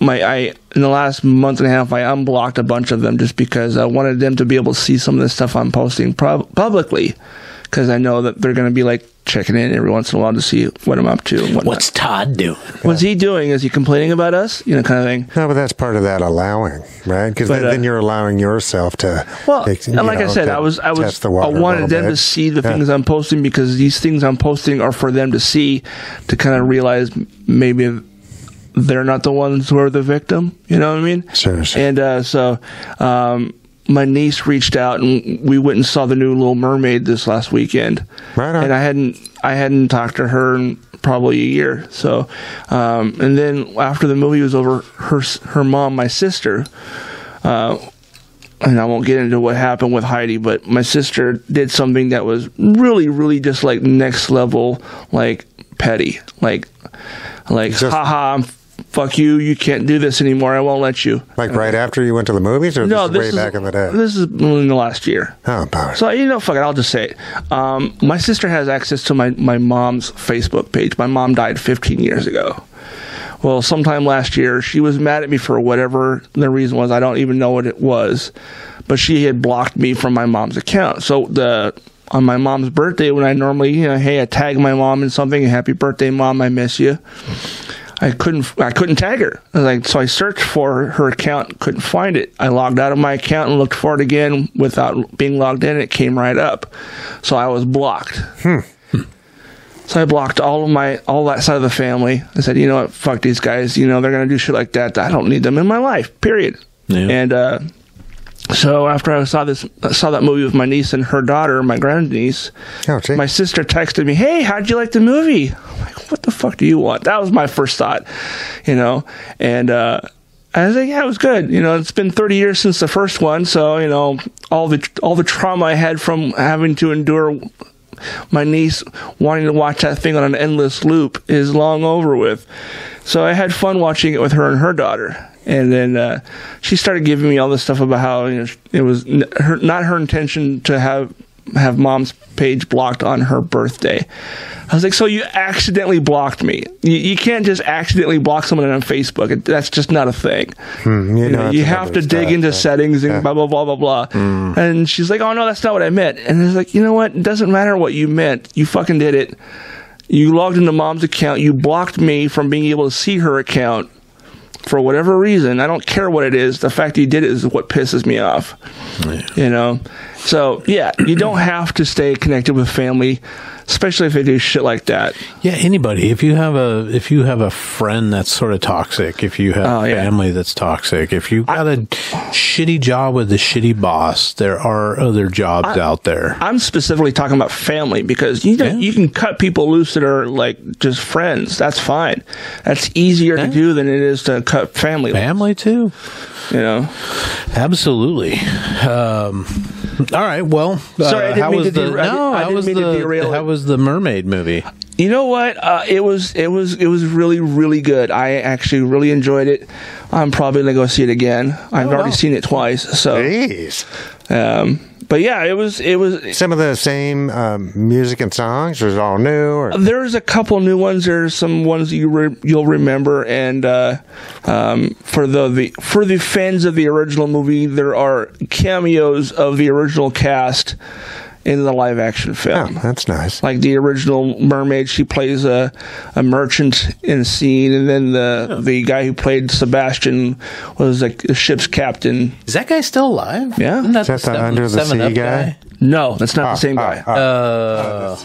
my I in the last month and a half, I unblocked a bunch of them just because I wanted them to be able to see some of the stuff I'm posting prob- publicly. because I know that they're going to be like checking in every once in a while to see what I'm up to. And whatnot.
What's Todd doing?
what's he doing? Is he complaining about us? You know, kind of thing.
No, but that's part of that allowing, right? Because
But,
then,
uh,
then you're allowing yourself to.
Well,
ex-
and
you
like I
know,
said,
to
I was I
test
was
the
I
water a
wanted
little
them
bit.
to see the
Yeah.
things I'm posting because these things I'm posting are for them to see to kind of realize maybe they're not the ones who are the victim. You know what I mean?
Sure, sure.
And uh, so um, my niece reached out, and we went and saw the new Little Mermaid this last weekend.
Right on.
And I hadn't I hadn't talked to her in probably a year. So, um, and then after the movie was over, her s- her mom, my sister. Uh, and I won't get into what happened with Heidi, but my sister did something that was really, really just like next level, like petty, like, like,
Just-
haha, I'm- fuck you, you can't do this anymore. I won't let you.
Like right after you went to the movies, or
No,
this is way
this is
back in the day.
This is in the last year.
oh, power.
So you know, fuck it. I'll just say it. Um, my sister has access to my my mom's Facebook page. My mom died 15 years ago. Well, sometime last year, she was mad at me for whatever the reason was. I don't even know what it was, but she had blocked me from my mom's account. So the on my mom's birthday, when I normally, you know, hey, I tag my mom in something, happy birthday, mom, I miss you. I couldn't I couldn't tag her. I was like so I searched for her account, couldn't find it. I logged out of my account and looked for it again without being logged in. It came right up, so I was blocked. So I blocked all of my all that side of the family. I said, you know what, fuck these guys. You know they're gonna do shit like that. I don't need them in my life. Period.
Yeah.
And uh, so after I saw this saw that movie with my niece and her daughter, my grandniece,
Oh, gee.
my sister texted me, "Hey, how'd you like the movie?" I'm like, "What the fuck do you want?" That was my first thought, you know. And uh, I was like, "Yeah, it was good." You know, it's been 30 years since the first one, so you know all the all the trauma I had from having to endure my niece wanting to watch that thing on an endless loop is long over with. So I had fun watching it with her and her daughter. And then uh, she started giving me all this stuff about how you know, it was n- her, not her intention to have have mom's page blocked on her birthday. I was like, so you accidentally blocked me. You, you can't just accidentally block someone on Facebook. It, that's just not a thing.
Mm,
You, know,
that's
you
another
have to
step,
dig into
yeah. Mm.
settings and blah blah blah blah blah. And she's like, "Oh no, that's not what I meant." And it's like, you know what? It doesn't matter what you meant. You fucking did it. You logged into mom's account. You blocked me from being able to see her account for whatever reason. I don't care what it is. The fact that you did it is what pisses me off. You know. So yeah, you don't have to stay connected with family, especially if they do shit like that.
Yeah, anybody. If you have a if you have a friend that's sort of toxic, if you have
Oh, yeah.
family that's toxic, if you got a shitty job with a shitty boss, there are other jobs out there.
I'm specifically talking about family because you know,
Yeah.
you can cut people loose that are like just friends. That's fine. That's easier
Yeah.
to do than it is to cut family.
family too.
You know.
Absolutely. Um, all right. Well, uh,
Sorry, I didn't
how
mean
was
to
the
dera- I didn't-
no?
I
How
didn't
was
mean to
the
derail
how
it.
was the mermaid movie?
You know what? Uh, it was it was it was really really good. I actually really enjoyed it. I'm probably gonna go see it again. I've
Oh,
already seen it twice. So,
Jeez.
um, but yeah, it was it was
Some of the same um, music and songs, or is it all new? Or
There's a couple new ones. There's some ones that you re- you'll remember, and uh, um, for the, the for the fans of the original movie, there are cameos of the original cast in the live action
oh,
film.
that's nice.
Like the original mermaid, she plays a, a merchant in a scene, and then the the guy who played Sebastian was like the ship's captain.
Is that guy still alive?
Yeah.
Isn't that
Is that the
Seven-
Under the
Seven
Sea
Up
guy?
No, that's not the same
Ah,
guy.
ah,
Uh,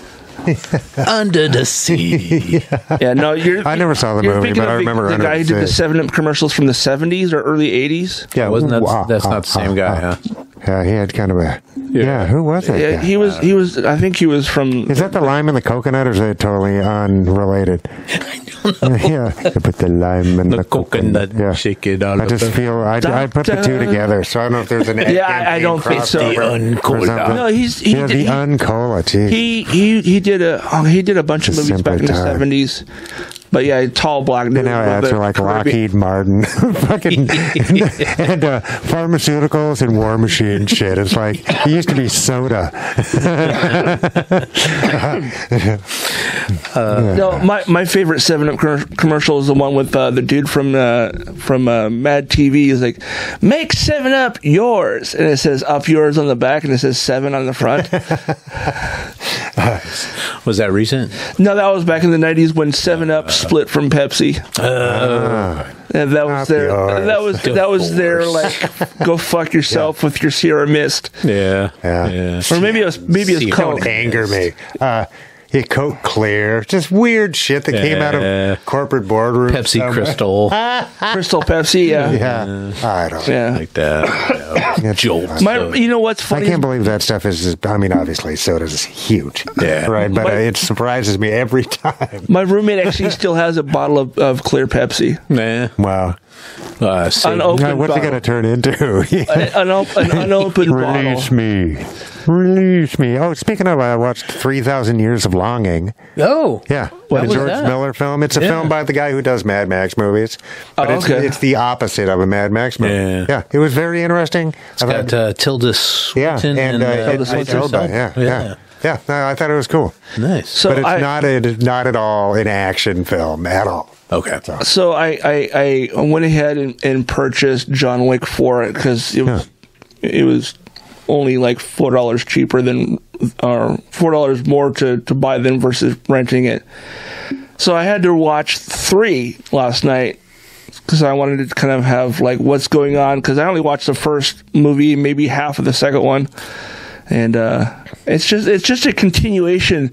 Under the sea.
Yeah, no, you're.
I never saw the
you're
movie,
thinking
but I
of the-
remember
the
Under
guy
the
who did the
Sea.
Seven Up commercials from the '70s or early '80s.
yeah,
Wasn't that-
wow,
that's
ah,
not the same
ah,
guy,
ah.
huh?
Yeah, he had kind of a. Yeah, uh, who was that?
Yeah,
guy?
he was. He was. I think he was from.
Is that the lime and the coconut, or is that totally unrelated? I don't know. yeah, you put the lime and the,
The coconut, shake it all
I just
over.
feel I, I put the two
Doctor.
together, so I don't know if there's an
Yeah, I- I don't think so.
The uncola.
No, he's- he
yeah,
did-
the
he-
uncola. Geez.
He he he did a oh, he did a bunch of
Just
movies back in the
simply tired.
'70s. But yeah, tall black dude.
you know,
with
ads
a
are like
Caribbean-
Lockheed Martin, fucking, and, uh, pharmaceuticals and War Machine shit. It's like it used to be soda.
No, my, my favorite Seven Up com- commercial is the one with uh, the dude from uh, from uh, Mad TV. He's like, "Make Seven Up yours," and it says "Up yours" on the back, and it says Seven on the front.
does.
Was that recent?
No, that was back in the '90s when Seven Up split from Pepsi,
Uh,
and that was their
Opioids.
that was that was their like go fuck yourself with your Sierra Mist,
Yeah.
Yeah.
or maybe it was maybe it's
See,
Coke.
Don't anger me. Uh, yeah, Coke Clear, just weird shit that came out
Yeah.
of corporate boardroom.
Pepsi
Um,
Crystal.
Crystal Pepsi. Yeah, yeah.
Yeah, I don't.
like that.
It's-
Jolt.
My, you know what's
I
funny?
can't believe that stuff is. I mean, obviously, soda's huge.
Yeah.
Right, but uh, it surprises me every time.
My roommate actually still has a bottle of, of clear Pepsi.
Nah.
Wow.
Uh, save-
Unopened
Now, what's it
bottle.
going to turn into? Yeah.
An, unop- an unopened bottle.
Release me. Release me. Oh, speaking of, I watched 3,000 Years of Longing.
oh.
Yeah,
What
the
was
George
that?
Miller film. It's a
Yeah. Oh,
film by the guy who does Mad Max movies, but it's
okay.
it's the opposite of a Mad Max movie.
Yeah.
it was very interesting. I thought-
Got uh, Tilda Swinton
yeah, and, uh,
uh,
it-
Tilda
it's
Swinton.
Elba. Yeah, yeah, yeah. no, I thought it was cool,
Nice.
So
but it's
I,
not a, not at all an action film at all.
okay.
So I, I, I went ahead and, and purchased John Wick for it because it was it was only like four dollars cheaper than or four dollars more to, to buy them versus renting it. So I had to watch three last night because I wanted to kind of have like what's going on because I only watched the first movie, maybe half of the second one, and uh, it's just it's just a continuation.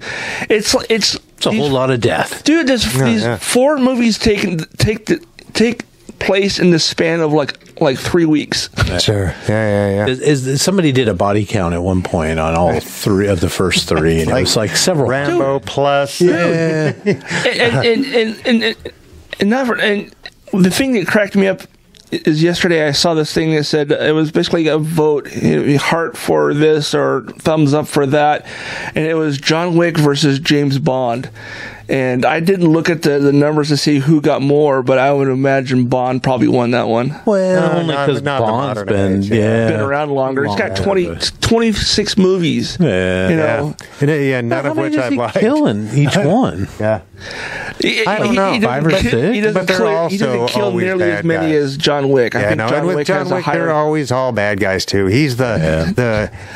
It's it's
It's a whole lot of death.
dude there's these
yeah.
four movies taken take the, take place in the span of like like three weeks
Sure, yeah, yeah, yeah.
Is, is- somebody did a body count at one point on all three of the first three, and it was like several.
Rambo plus.
Yeah.
and and and and, and, and, not for- and the thing that cracked me up is yesterday I saw this thing that said it was basically a vote you know, heart for this or thumbs up for that, and it was John Wick versus James Bond. And I didn't look at the, the numbers to see who got more, but I would imagine Bond probably won that one.
Well,
No,
only
not-
because
not the
Bond's
modern
been
age,
yeah.
yeah.
been around longer. He's got
Longer.
20, 26 movies.
Yeah.
yeah,
You know,
And, uh, yeah, none
How
of
many
which
does
I've
he
liked.
kill in each one?
Yeah,
He-
I don't
he-
know,
He doesn't,
five or
kill-
six?
He doesn't,
But they're
clear- he doesn't
also
kill
always
nearly as
bad
many
guys.
as John Wick. I
yeah.
think
No,
John
and with
Wick
John
has a
Wick,
higher.
they're always all bad guys too. He's the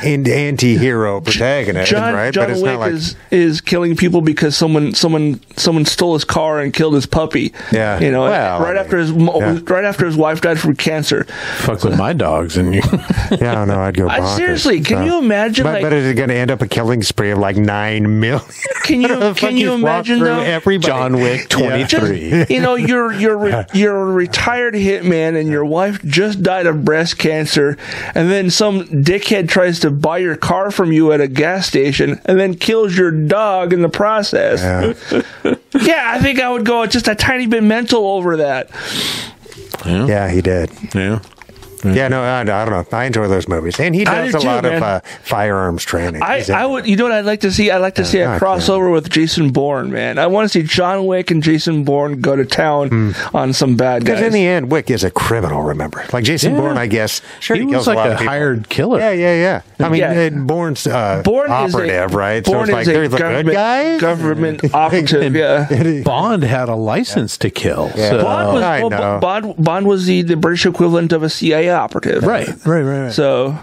the in- anti-hero protagonist,
John,
right?
John Wick is, is killing people because someone someone someone stole his car and killed his puppy.
Yeah.
you know,
Well,
right
I mean,
after his mo-
yeah.
right after his wife died from cancer.
Fuck with my dogs and you.
Yeah, I don't know. I'd go.
I-
Bonkers,
seriously, can you imagine,
But,
like-
but is it going to end up a killing spree of like nine million?
Can you
Fuck,
can you
you've walked
imagine
through
though?
Everybody.
John Wick twenty three.
Just, you know, you're you're re- you're a retired hitman, and your wife just died of breast cancer, and then some dickhead tries to buy your car from you at a gas station, and then kills your dog in the process. Yeah,
Yeah.
I think I would go just a tiny bit mental over that.
yeah, he did.
Yeah.
Yeah, no, I, I don't know. I enjoy those movies, and he
I
does
do
a lot
too,
of
man.
uh, firearms training.
I,
He's in-
I would you know what I'd like to see I'd like to see
I
a
can.
crossover with Jason Bourne man I want to see John Wick and Jason Bourne go to town on some bad guys
Hmm. Because in the end, Wick is a criminal. Remember, like Jason
Yeah.
Bourne, I guess. Sure,
He
he,
was
kills
like
a, lot
a
of people.
hired killer.
Yeah, yeah, yeah. I mean,
Yeah.
and Bourne's uh,
Bourne
operative,
is a,
right?
Bourne
so it's like
is a
they're the
government,
good guys.
government operative. Yeah.
Bond had a license to kill. So.
Bond was,
Oh. I
well,
know.
Bond, Bond was the, the British equivalent of a CIA operative.
right. Right. Right. Right.
So,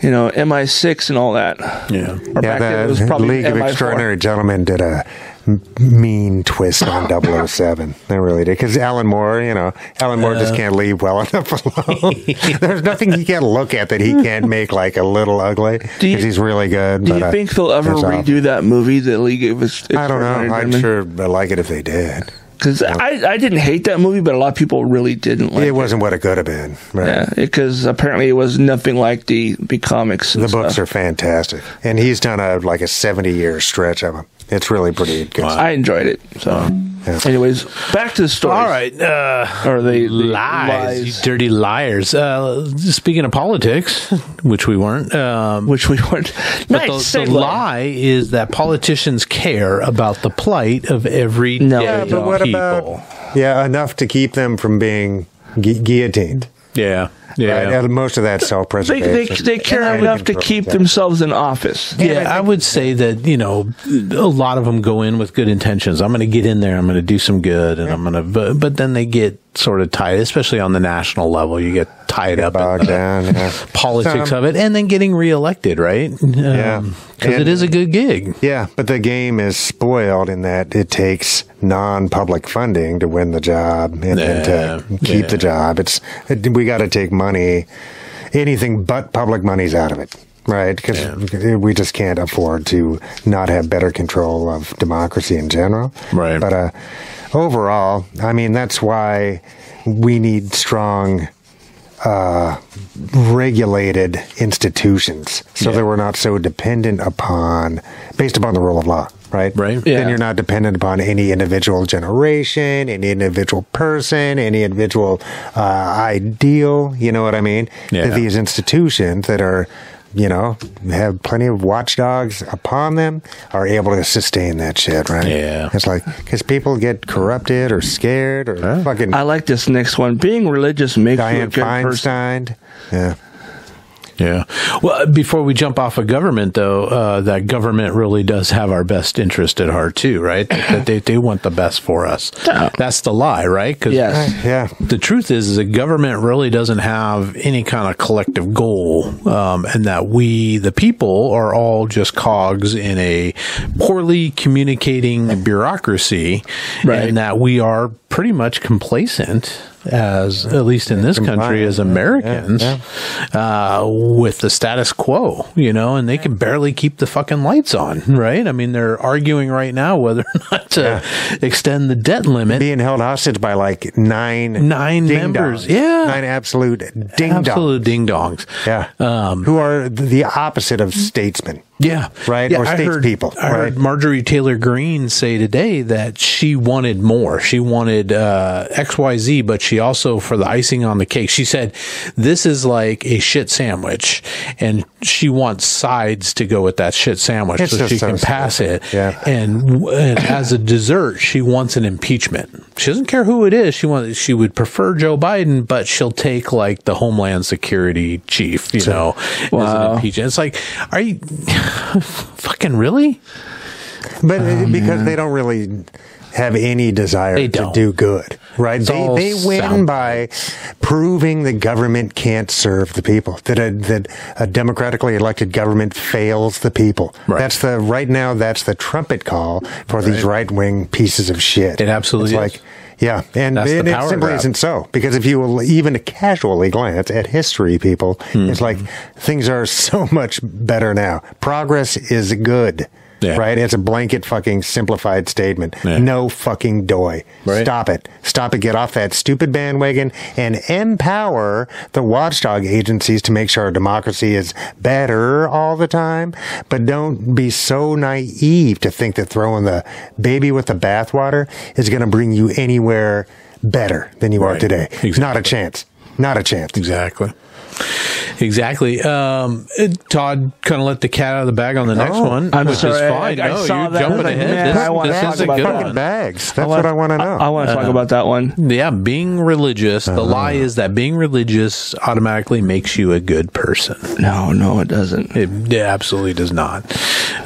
you know, MI6 and all that. Or
yeah.
Yeah,
back then it was
the
probably
League of
MI4.
Extraordinary Gentlemen did a m- mean twist on 007. They really did. Because Alan Moore, you know, Alan Moore just can't leave well enough alone. There's nothing he can't look at that he can't make like a little ugly
Do you-
because he's really good.
Do
but,
you
uh,
think they'll ever
it's awful.
redo that movie, The League of
I don't know. I'd sure I'd like it if they did.
Because I, I didn't hate that movie, but a lot of people really didn't like
It
it.
wasn't what it could have been. Right?
Yeah, because apparently it was nothing like the, the comics. and
The books
stuff.
are fantastic, and he's done a like a 70 year stretch of them. It's really pretty good.
I enjoyed it. So,
Yeah.
anyways, back to the story.
All right. Uh,
Or they, they
lies,
lies.
you dirty liars. Uh, speaking of politics, which we weren't. Um,
which we weren't.
but
nice
the, the
segue.
lie is that politicians care about the plight of every
No, they
yeah,
don't.
people.
yeah, enough to keep them from being gu- guillotined.
yeah. Yeah.
Right? And most of that's self
They, they,
preservation.
they care enough to keep themselves in office.
Yeah, I would say that you know a lot of them go in with good intentions. I'm going to get in there. I'm going to do some good, and I'm going to. But, but then they get sort of tied, especially on the national level. You get tied up
bogged
in the
down. Yeah.
politics
Some-
of it, and then getting reelected, right?
Yeah.
because it
And-
is a good gig.
Yeah, but the game is spoiled in that it takes non-public funding to win the job and then
Yeah,
to keep
yeah.
the job. It's it, we got to take money, anything but public money's out of it, right? Because we just can't afford to not have better control of democracy in general.
Right.
But uh, overall, I mean, that's why we need strong regulated institutions so
Yeah.
that we're not so dependent upon based upon the rule of law right
Right.
Yeah.
then you're not dependent upon any individual generation any individual person any individual uh, ideal you know what i mean
Yeah.
That these institutions that are you know have plenty of watchdogs upon them are able to sustain that shit right
Yeah.
it's like because people get corrupted or scared or fucking
I like this next one. Being religious makes you a
diane
good person.
feinstein yeah
Yeah. Well, uh, before we jump off of government, though, uh, that government really does have our best interest at heart too, right? that they they want the best for us. That's the lie, right? 'Cause
Yes.
yeah
the truth is, is the government really doesn't have any kind of collective goal, um, and that we, the people, are all just cogs in a poorly communicating bureaucracy,
Right.
and that we are pretty much complacent as at least in this country as Americans Uh, with the status quo, you know, and they can barely keep the fucking lights on, right? I mean, they're arguing right now whether or not to extend the debt limit.
being held hostage by like nine
Nine
ding-dongs.
members, yeah.
nine absolute ding dongs,
absolute Uh, um, ding dongs.
yeah, who are th- the opposite of statesmen.
Yeah.
Right,
Yeah,
or
I
states
heard,
people,
I
right.
heard Marjorie Taylor Greene say today that she wanted more. She wanted uh, XYZ, but she also, for the icing on the cake, she said, this is like a shit sandwich. And she wants sides to go with that shit sandwich
It's
so
just
she
so
can pass
stupid.
it.
Yeah.
And, w- and as a dessert, she wants an impeachment. She doesn't care who it is. She wants, she would prefer Joe Biden, but she'll take like the Homeland Security chief, you know, as
Oh.
an impeachment. It's like, are you fucking really?
But uh, because they don't really have any desire
Um, They
to
don't.
do good, right?
all
They, they win
sound
by proving the government can't serve the people, that a, that a democratically elected government fails the people.
Right.
That's the, right now, that's the trumpet call for these right wing pieces of shit.
It absolutely
It's
is.
like, yeah, and,
That's the
and it
power
simply
grab.
isn't so because if you will even casually glance at history, people, it's like
Mm-hmm.
things are so much better now. Progress is good,
Yeah.
right? It's a blanket fucking simplified statement.
Yeah.
No fucking doy.
Right.
Stop it. Stop it. Get off that stupid bandwagon and empower the watchdog agencies to make sure our democracy is better all the time. But don't be so naive to think that throwing the baby with the bathwater is going to bring you anywhere better than you are
Right.
today.
Exactly.
Not a chance. Not a chance.
Exactly. Exactly. Um, it- Todd kind of let the cat out of the bag on the next
Oh,
one,
I'm
which is
sorry. I-
fine.
I
no,
saw
you're
that.
jumping
Like,
ahead.
man,
this
I wanna
this
talk
is a
about
good
fucking
one.
Bags. That's what I want to know. Uh-huh.
I, want to talk about that one.
Yeah, being religious.
Oh.
The lie is that being religious automatically makes you a good person.
No, no, it doesn't.
It, it absolutely does not.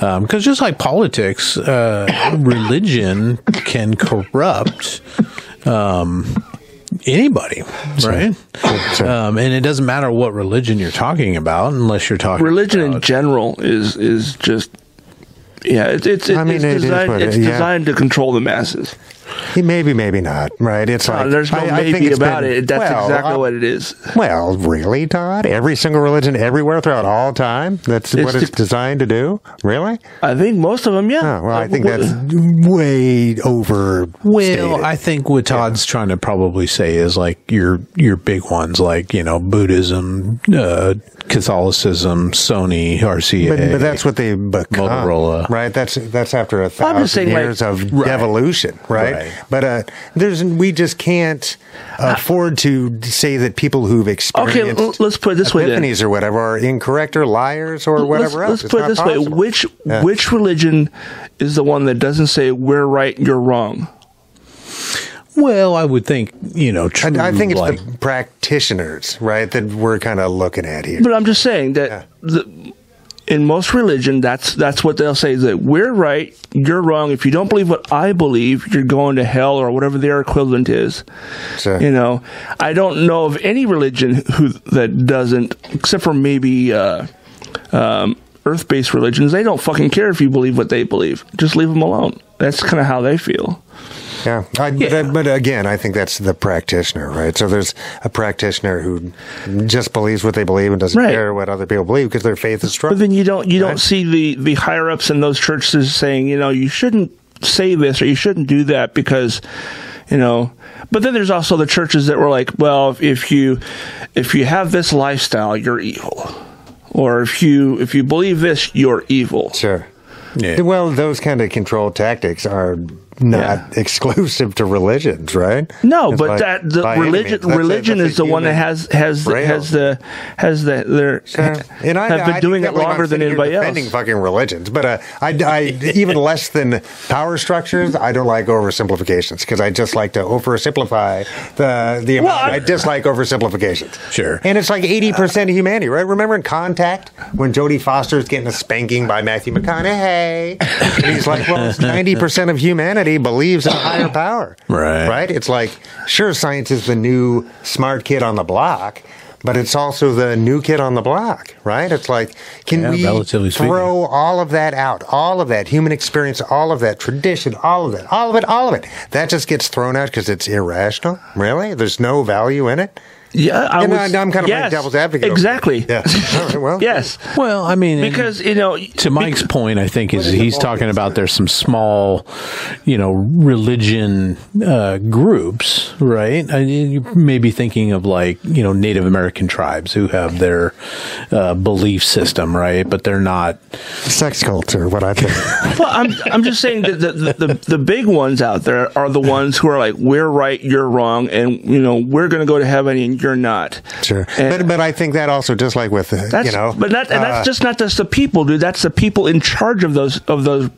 Because just like politics, uh, religion can corrupt um, anybody, right?
Sure.
uh,
Um, and it doesn't matter what religion you're talking about, unless you're talking
Religion in
Uh,
about-
general is is just yeah. It's it's it's,
I mean,
it's
it is
designed,
what it-
it's
yeah.
designed to control the masses.
Maybe, maybe not. Right? It's like
Uh, there's no
I- I think
maybe
it's
about
been-
it. That's
well,
exactly
I-
what it is.
Well, really, Todd? Every single religion, everywhere, throughout all time? That's what
It's
it's
the-
designed to do? Really?
I think most of them, yeah.
Oh, well, I
Uh,
think
w-
that's way over.
Well, I think what Todd's trying to probably say is like your your big ones, like you know Buddhism, uh, Catholicism, Sony, RCA.
But, but that's what they become,
Motorola.
right? That's that's after a
I'm
thousand
just saying, like-
years of devolution, right?
Right.
But uh, there's we just can't afford to say that people who''ve
Uh, okay. l-
experienced
let's put it this way. Then.
epiphanies or whatever are incorrect or liars or
Let's-
whatever
let's,
else. It's
put it
not
this way:
possible.
which
Yeah.
which religion is the one that doesn't say we're right, you're wrong?
Well, I would think you know. True,
I, I think it's
like,
the practitioners, right, that we're kind of looking at here.
But I'm just saying that the, in most religion, that's that's what they'll say is that we're right, you're wrong. If you don't believe what I believe, you're going to hell or whatever their equivalent is.
So-
You know, I don't know of any religion who that doesn't, except for maybe uh, um, Earth-based religions. They don't fucking care if you believe what they believe. Just leave them alone. That's kind of how they feel.
Yeah, I,
Yeah.
But, but again, I think that's the practitioner, right? So there's a practitioner who just believes what they believe and doesn't
Right.
care what other people believe because their faith is
But
strong.
then you don't you
Right.
don't see the the higher ups in those churches saying you know you shouldn't say this or you shouldn't do that because you know. But then there's also the churches that were like, well, if, if you if you have this lifestyle, you're evil, or if you if you believe this, you're evil.
sure.
yeah.
Well, those kind of control tactics are
Yeah.
not exclusive to religions, right?
No,
It's
but
like,
that the
by any
religion
means. That's a-
religion
that's a
is the one that
human-
has has the,
rail.
has the has the their
Sure. And I
have been
I
doing it
can't believe I'm
longer than
sitting here
anybody
defending
else.
Fucking religions, but uh, I, I even less than power structures. I don't like oversimplifications because I just like to oversimplify the the. amount.
I-
I dislike oversimplifications.
Sure.
and it's like eighty percent of humanity, right? Remember in Contact when Jodie Foster's getting a spanking by Matthew McConaughey, and he's like, "Well, ninety percent of humanity believes in a higher power,
Right.
Right? It's like, sure, science is the new smart kid on the block, but it's also the new kid on the block, right? It's like, can
Yeah,
we
relatively speaking.
throw all of that out? All of that human experience, all of that tradition, all of that, all of it, all of it. That just gets thrown out because it's irrational. Really? There's no value in it.
Yeah, I
And
was-
I, am kind of
yes,
like devil's advocate. over here.
Exactly.
Yeah. All right, well,
Yes.
Well, I mean, and-
because you know
to Mike's point, I think is he's talking about there's some small, you know, religion uh, groups, right? I mean, you may be thinking of like you know Native American tribes who have their uh, belief system, right? But they're not.
Sex culture, what I think.
well, I'm I'm just saying that the, the the the big ones out there are the ones who are like we're right, you're wrong, and you know we're going to go to heaven and you're not.
Sure.
And-
but, but I think that also, just like with, uh,
That's
you know.
but that and
uh,
that's just not just the people, dude. That's the people in charge of those of those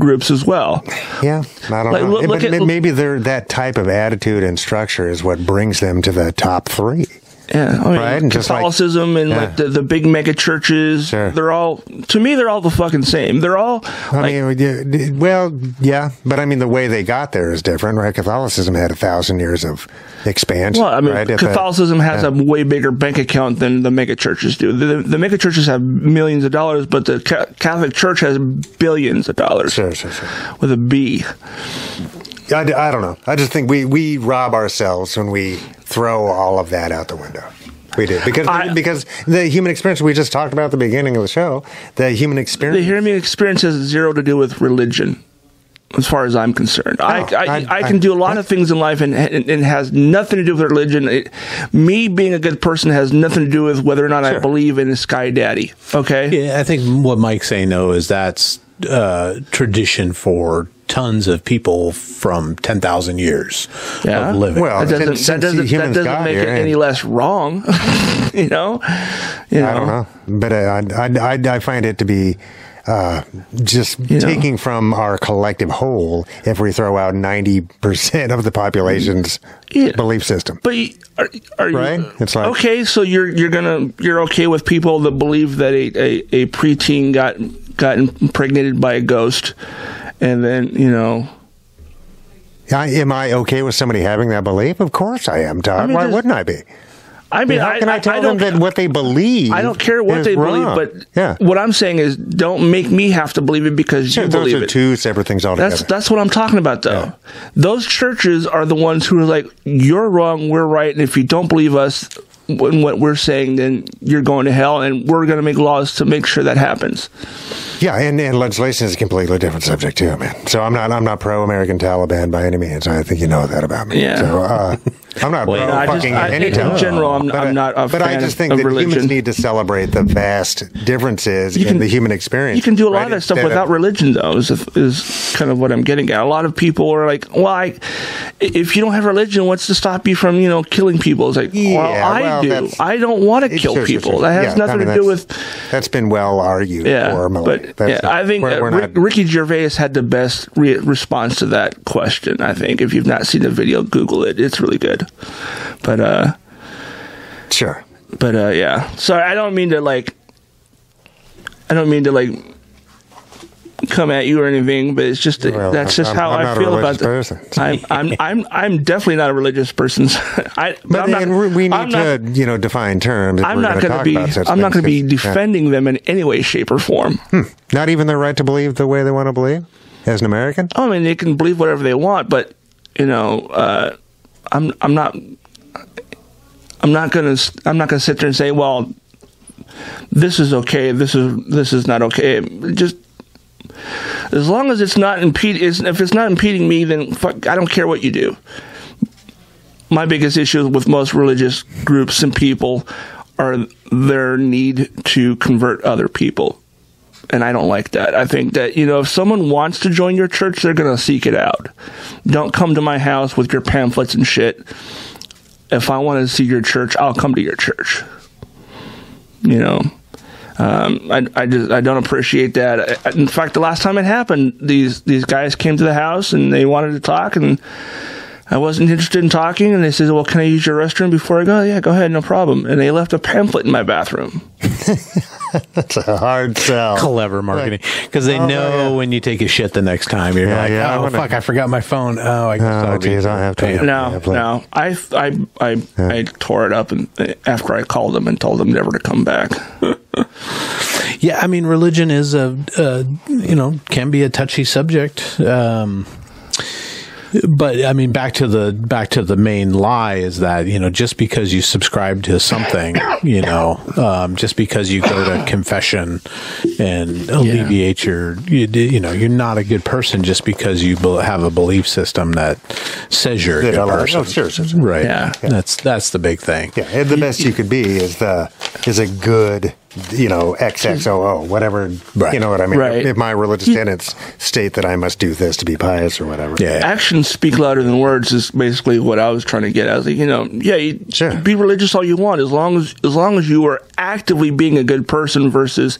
groups as well.
Yeah, I don't
Like,
know.
look-
But
look at-
ma- maybe they're, that type of attitude and structure is what brings them to the top three.
Yeah, I mean,
Right, and just like-
Catholicism and
yeah.
like the, the big mega churches.
Sure.
They're all to me. They're all the fucking same. They're all
I
like,
mean, yeah, d- well, yeah, but I mean, the way they got there is different, right? Catholicism had a thousand years of expansion.
Well, I mean,
right? If, uh,
Catholicism has a way bigger bank account than the mega churches do. The, the mega churches have millions of dollars, but the Ca- Catholic Church has billions of dollars
Sure, sure, sure.
with a B.
I, d- I don't know. I just think we, we rob ourselves when we throw all of that out the window. We do because
I-
because the human experience we just talked about at the beginning of the show, the human experience.
The hearing experience has zero to do with religion. As far as I'm concerned, I,
No,
I, I,
Oh, I-
can
I-
do a lot of things in life and, and, and has nothing to do with religion. It, me being a good person has nothing to do with whether or not I
Sure.
believe in a sky daddy. Okay.
Yeah, I think what Mike's saying though is that's uh, tradition for tons of people from ten thousand years
Yeah.
of living.
Well,
That doesn't,
Since-
that
since
doesn't, that
humans
doesn't
got
make
here,
it
yeah.
any less wrong, you know. You know?
I don't know, but uh, I, I, I, I find it to be uh, just
know?
taking from our collective whole if we throw out ninety percent of the population's
Yeah.
belief system.
But y- are, are you
Right? It's like-
okay? So you're you're gonna you're okay with people that believe that a, a, a preteen got got impregnated by a ghost, and then you know
I, am I okay with somebody having that belief? Of course I am, Todd.
I mean,
Why
there's-
wouldn't I be?
I mean
How
I,
can I,
I,
tell
I
them
don't
that what they believe?
I don't care what
is
they
wrong?
believe, but
yeah,
what I'm saying is don't make me have to believe it because
Sure,
you
those
believe
are
it.
two separate things altogether.
That's that's what I'm talking about, though. Those churches are the ones who are like, "You're wrong, we're right, and if you don't believe us in what we're saying, then you're going to hell, and we're going to make laws to make sure that happens."
Yeah, and, and legislation is a completely different subject too, man. So I'm not I'm not pro American Taliban by any means. I think you know that about me.
Yeah.
So uh, I'm not
Well, you
pro
know, I
just-
fucking
I-
any
in
Taliban.
general, I'm-
but, I-
I'm not a
But I
fan
just
of-
think
of
that humans
religion.
need to celebrate the vast differences
You can-
in the human experience.
You can do a lot of
right?
that stuff
Instead
without religion, though. Is is kind of what I'm getting at. A lot of people are like, "Well, I, if you don't have religion, what's to stop you from you know killing people?" It's like,
Yeah,
well, I
Well,
do.
that's-
I don't want to
It-
kill
sure, sure,
people.
sure.
That
Yeah,
has
I
nothing
mean,
to do
that's-
with
That's been well argued for
yeah.
a millennia.
But
That's-
yeah, I think
we're-
uh,
we're
Rick,
not-
Ricky Gervais had the best re- response to that question. I think if you've not seen the video, Google it. It's really good. But uh,
sure.
but uh, yeah. Sorry, I don't mean to like. I don't mean to like come at you or anything, but it's just
Well,
that's
I'm-
just
I'm-
how
I'm
i
not a
feel about
religious
the-
person.
I'm, I'm I'm I'm definitely not a religious person. so I, but
But
I'm not,
and we- we need
I'm not-
to, you know, define terms. if
I'm
we're
not
gonna
going to
talk
be.
about such
I'm not
things,
going to be
'cause, yeah.
defending them in any way, shape, or form.
Not even their right to believe the way they want to believe as an American?
I mean, they can believe whatever they want, but you know, uh, I'm I'm not I'm not gonna I'm not gonna sit there and say, well, this is okay, this is this is not okay. Just as long as it's not impede, it's- if it's not impeding me, then fuck, I don't care what you do. My biggest issue with most religious groups and people are their need to convert other people and I don't like that. I think that you know if someone wants to join your church, they're gonna seek it out. Don't come to my house with your pamphlets and shit. If I want to see your church, I'll come to your church. You know, um, I I just I don't appreciate that. I, in fact, the last time it happened, these these guys came to the house and they wanted to talk and. I wasn't interested in talking, and they said, "Well, can I use your restroom before I go?" Yeah, go ahead, no problem. And they left a pamphlet in my bathroom.
That's a hard sell.
Clever marketing because they
Oh,
know
yeah.
when you take a shit the next time you're
Yeah,
like,
yeah, I
oh
wanna-
fuck, I forgot my phone. Oh, I guess I'll be-
geez, I'll have to-
Damn.
No,
Yeah, but-
no. I I I, I tore it up and uh, after I called them and told them never to come back.
Yeah, I mean, religion is a, a you know can be a touchy subject. Um, but I mean, back to the back to the main lie is that you know just because you subscribe to something, you know, um, just because you go to confession and alleviate your you, d- you know you're not a good person just because you bel have a belief system that says you're a
Yeah,
good
like,
person.
oh, sure, sure, sure.
Right.
Yeah.
That's that's the big thing.
Yeah, and the best you could be is the is a good, you know, XXOO, whatever.
Right.
You know what I mean?
Right.
If my religious tenets state that I must do this to be pious or whatever.
Yeah.
Actions speak louder than words is basically what I was trying to get. at. I was like, you know, yeah, you
Sure.
be religious all you want as long as as long as you are actively being a good person versus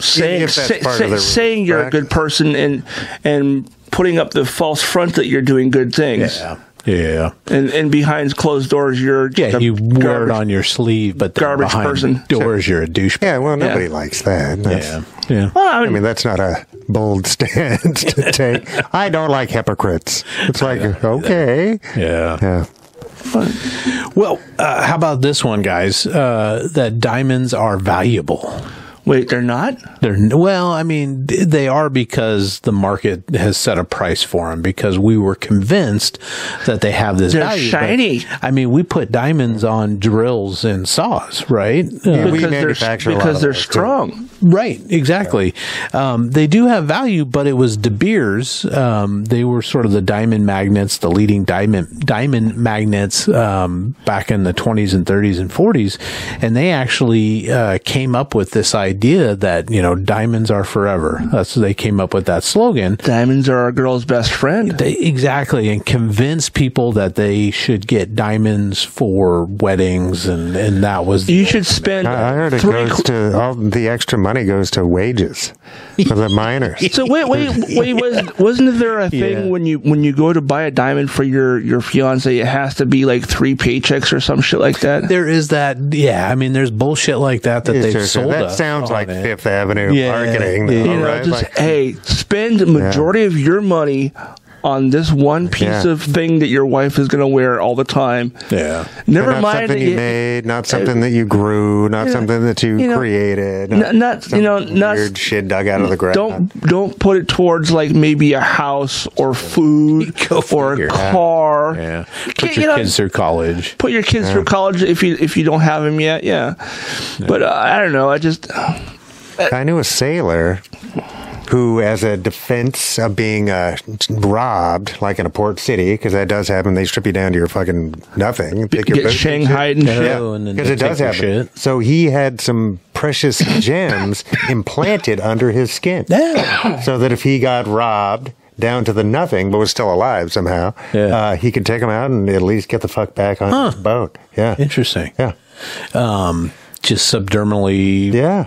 saying
If that's
say-
part of
say-
their
saying you're a good person and and putting up the false front that you're doing good things.
Yeah. Yeah.
And and behind closed doors you're
Yeah,
the
you wear it
garbage-
on your sleeve, but then
garbage
behind
person.
doors, you're a douchebag.
Yeah, well, nobody
Yeah.
likes that. That's-
Yeah, yeah.
Well, I
I
mean,
mean, that's not a bold stance to take. I don't like hypocrites. It's like, okay.
Yeah.
Yeah.
Well, uh, how about this one, guys? Uh, that diamonds are valuable.
wait, they're not?
They're well, I mean, th- they are because the market has set a price for them because we were convinced that they have this
They're
value. but,
shiny.
I mean, we put diamonds on drills and saws, right? Uh,
we
because
manufacture a
they're,
lot
because
of
they're
those, too.
strong.
Right, exactly. Um, they do have value, but it was De Beers. Um, they were sort of the diamond magnets, the leading diamond diamond magnets um, back in the 20s and 30s and 40s, and they actually uh, came up with this idea that you know diamonds are forever. That's they came up with that slogan.
Diamonds are our girl's best friend.
They, exactly, and convince people that they should get diamonds for weddings, and and that was
you should spend
I I heard it
three.
goes
qu-
to all the extra money goes to wages for the miners.
so wait, wait, wait. Was wasn't there a thing
Yeah.
when you when you go to buy a diamond for your your fiance? It has to be like three paychecks or some shit like that.
there is that yeah i mean there's bullshit like that that
Sure,
they've
sure.
sold
That
us
sounds
on
like
it.
Fifth Avenue
Yeah.
marketing.
Yeah.
though,
you know,
right?
just eh,
Like-
hey, spend the majority of your money on this one piece
Yeah.
of thing that your wife is going to wear all the time.
yeah
Never
not
mind that
something you,
you-
made, not something that you grew, not something that you,
you know,
created,
n- not-
some
you know, not-
weird shit dug out of the ground.
don't don't put it towards like maybe a house or food
Go
or
figure.
a car.
yeah
You
put
can't-
your
you know,
kids through college
put your kids through college if you if you don't have them yet. Yeah, but uh, I don't know. I just eh.
I knew a sailor who, as a defense of being uh, robbed, like in a port city, because that does happen, they strip you down to your fucking nothing, pick your
get
boots and shit.
Shanghai and shit.
Yeah,
Oh, and then
because
they
it does
take your
happen.
shit.
So he had some precious gems implanted under his skin,
yeah
so that if he got robbed. down to the nothing, but was still alive somehow,
Yeah.
uh, he could take him out and at least get the fuck back on his boat. Yeah.
Interesting.
Yeah.
Um, just subdermally.
Yeah.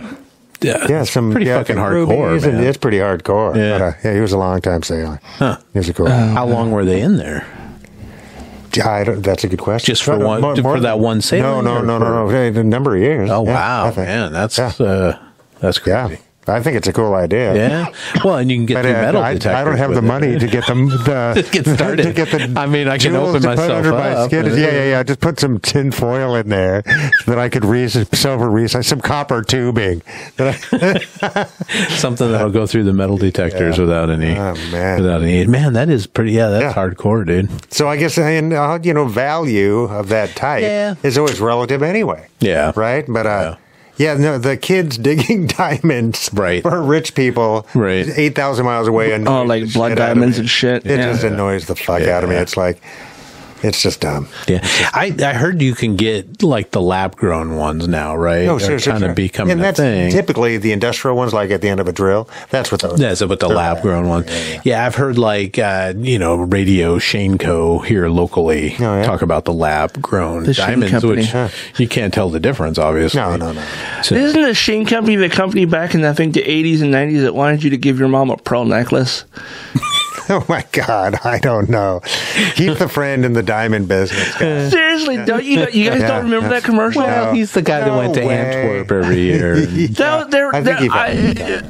Yeah.
Yeah. Some
pretty
yeah,
fucking
the
hardcore,
Rubies, and
man.
It's pretty hardcore.
Yeah. Oh.
But, uh, yeah. He was a long time sailor. He was a cool.
How long were they in there?
I don't, that's a good question.
Just for
But, uh,
one-
more-
for
more-
that one
No,
sailor,
no,
or
no, no, no. A number of years.
Oh
Yeah, I
wow,
think.
man, that's
yeah.
uh, that's
yeah.
crazy.
I think it's a cool idea.
Yeah. Well, and you can get
But
through
uh,
metal
I,
detectors.
I don't have
with
the
it.
money to get the, the
To get started.
to get the
I mean, I can
jewels
open
to put
myself
under my
up.
skin. Yeah, yeah, yeah. Just put some tin foil in there so that I could re- silver recycle some copper tubing.
Something that'll go through the metal detectors without any.
Oh, man.
Without any. Man, that is pretty. Yeah, that's
Yeah.
hardcore, dude.
So I guess and uh, you know value of that type
Yeah.
is always relative anyway.
Yeah.
Right. But uh, yeah. no, the kids digging diamonds
Right.
for rich people,
Right.
eight thousand miles away, and
Oh, like blood diamonds and shit.
It
Yeah.
just annoys the fuck out of me. It's like it's just dumb.
Yeah, I, I heard you can get like the lab grown ones now, right?
No,
Are
Oh, sure, sure,
kind
sure.
of becoming
and
a
that's
thing.
typically the industrial ones, like at the end of a drill. That's what those.
Yeah, so with the
Oh,
lab grown one. Yeah, I've heard like uh, you know Radio Shane Co here locally
Oh, yeah.
talk about the lab grown
The Shane
diamonds,
Company,
which
huh.
you can't tell the difference, obviously.
No, no, no.
So-
Isn't the Shane Company the company back in I think the 80s and 90s that wanted you to give your mom a pearl necklace?
Oh my god, I don't know. Keep the friend in the diamond business. guys.
Seriously, don't you, you guys
Yeah.
don't remember that commercial?
Well,
he's the guy that
No
went to
way.
Antwerp every year. and-
That, there,
I think
there-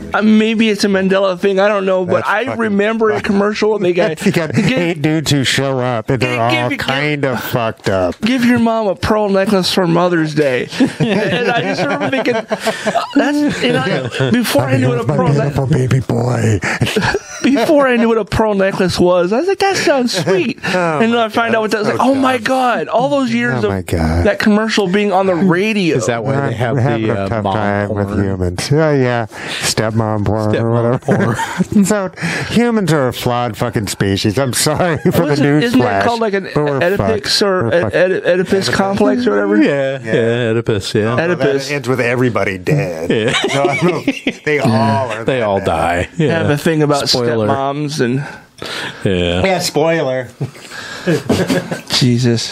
you've
I, I, maybe it's a Mandela thing. I don't know, but
That's
I
fucking-
remember a commercial. They got
You got
give,
eight dudes who show up and they're
Give- give-
all
give-
kind of fucked up.
give your mom a pearl necklace for Mother's Day, and I just remember thinking, uh, that's you know, before I knew what a
My
pearl
beautiful
necklace.
baby boy.
before I knew what a pearl necklace was, I was like, that sounds sweet. and then I find out what that was like, oh my God, all those years
Oh my
of
God.
that commercial being on the radio.
Is that why
We're
they have
having
the
a
uh,
tough
mom
time with
porn?
humans. Yeah, yeah. Stepmom porn or
Stepmom
whatever. so humans are a flawed fucking species. I'm sorry for the
Wasn't-
news
isn't
flash.
that called like an
but we're
Oedipus
fucked.
or
We're
Oe-
fucked.
Oe- Oedipus complex or whatever?
Yeah, yeah, Oedipus. Yeah,
Oedipus.
Well, that ends with everybody dead. So I don't- they all are.
they
that
all
bad.
die. Yeah,
Have a thing about
Spoiler.
stepmoms and
yeah.
Yeah, spoiler.
Jesus.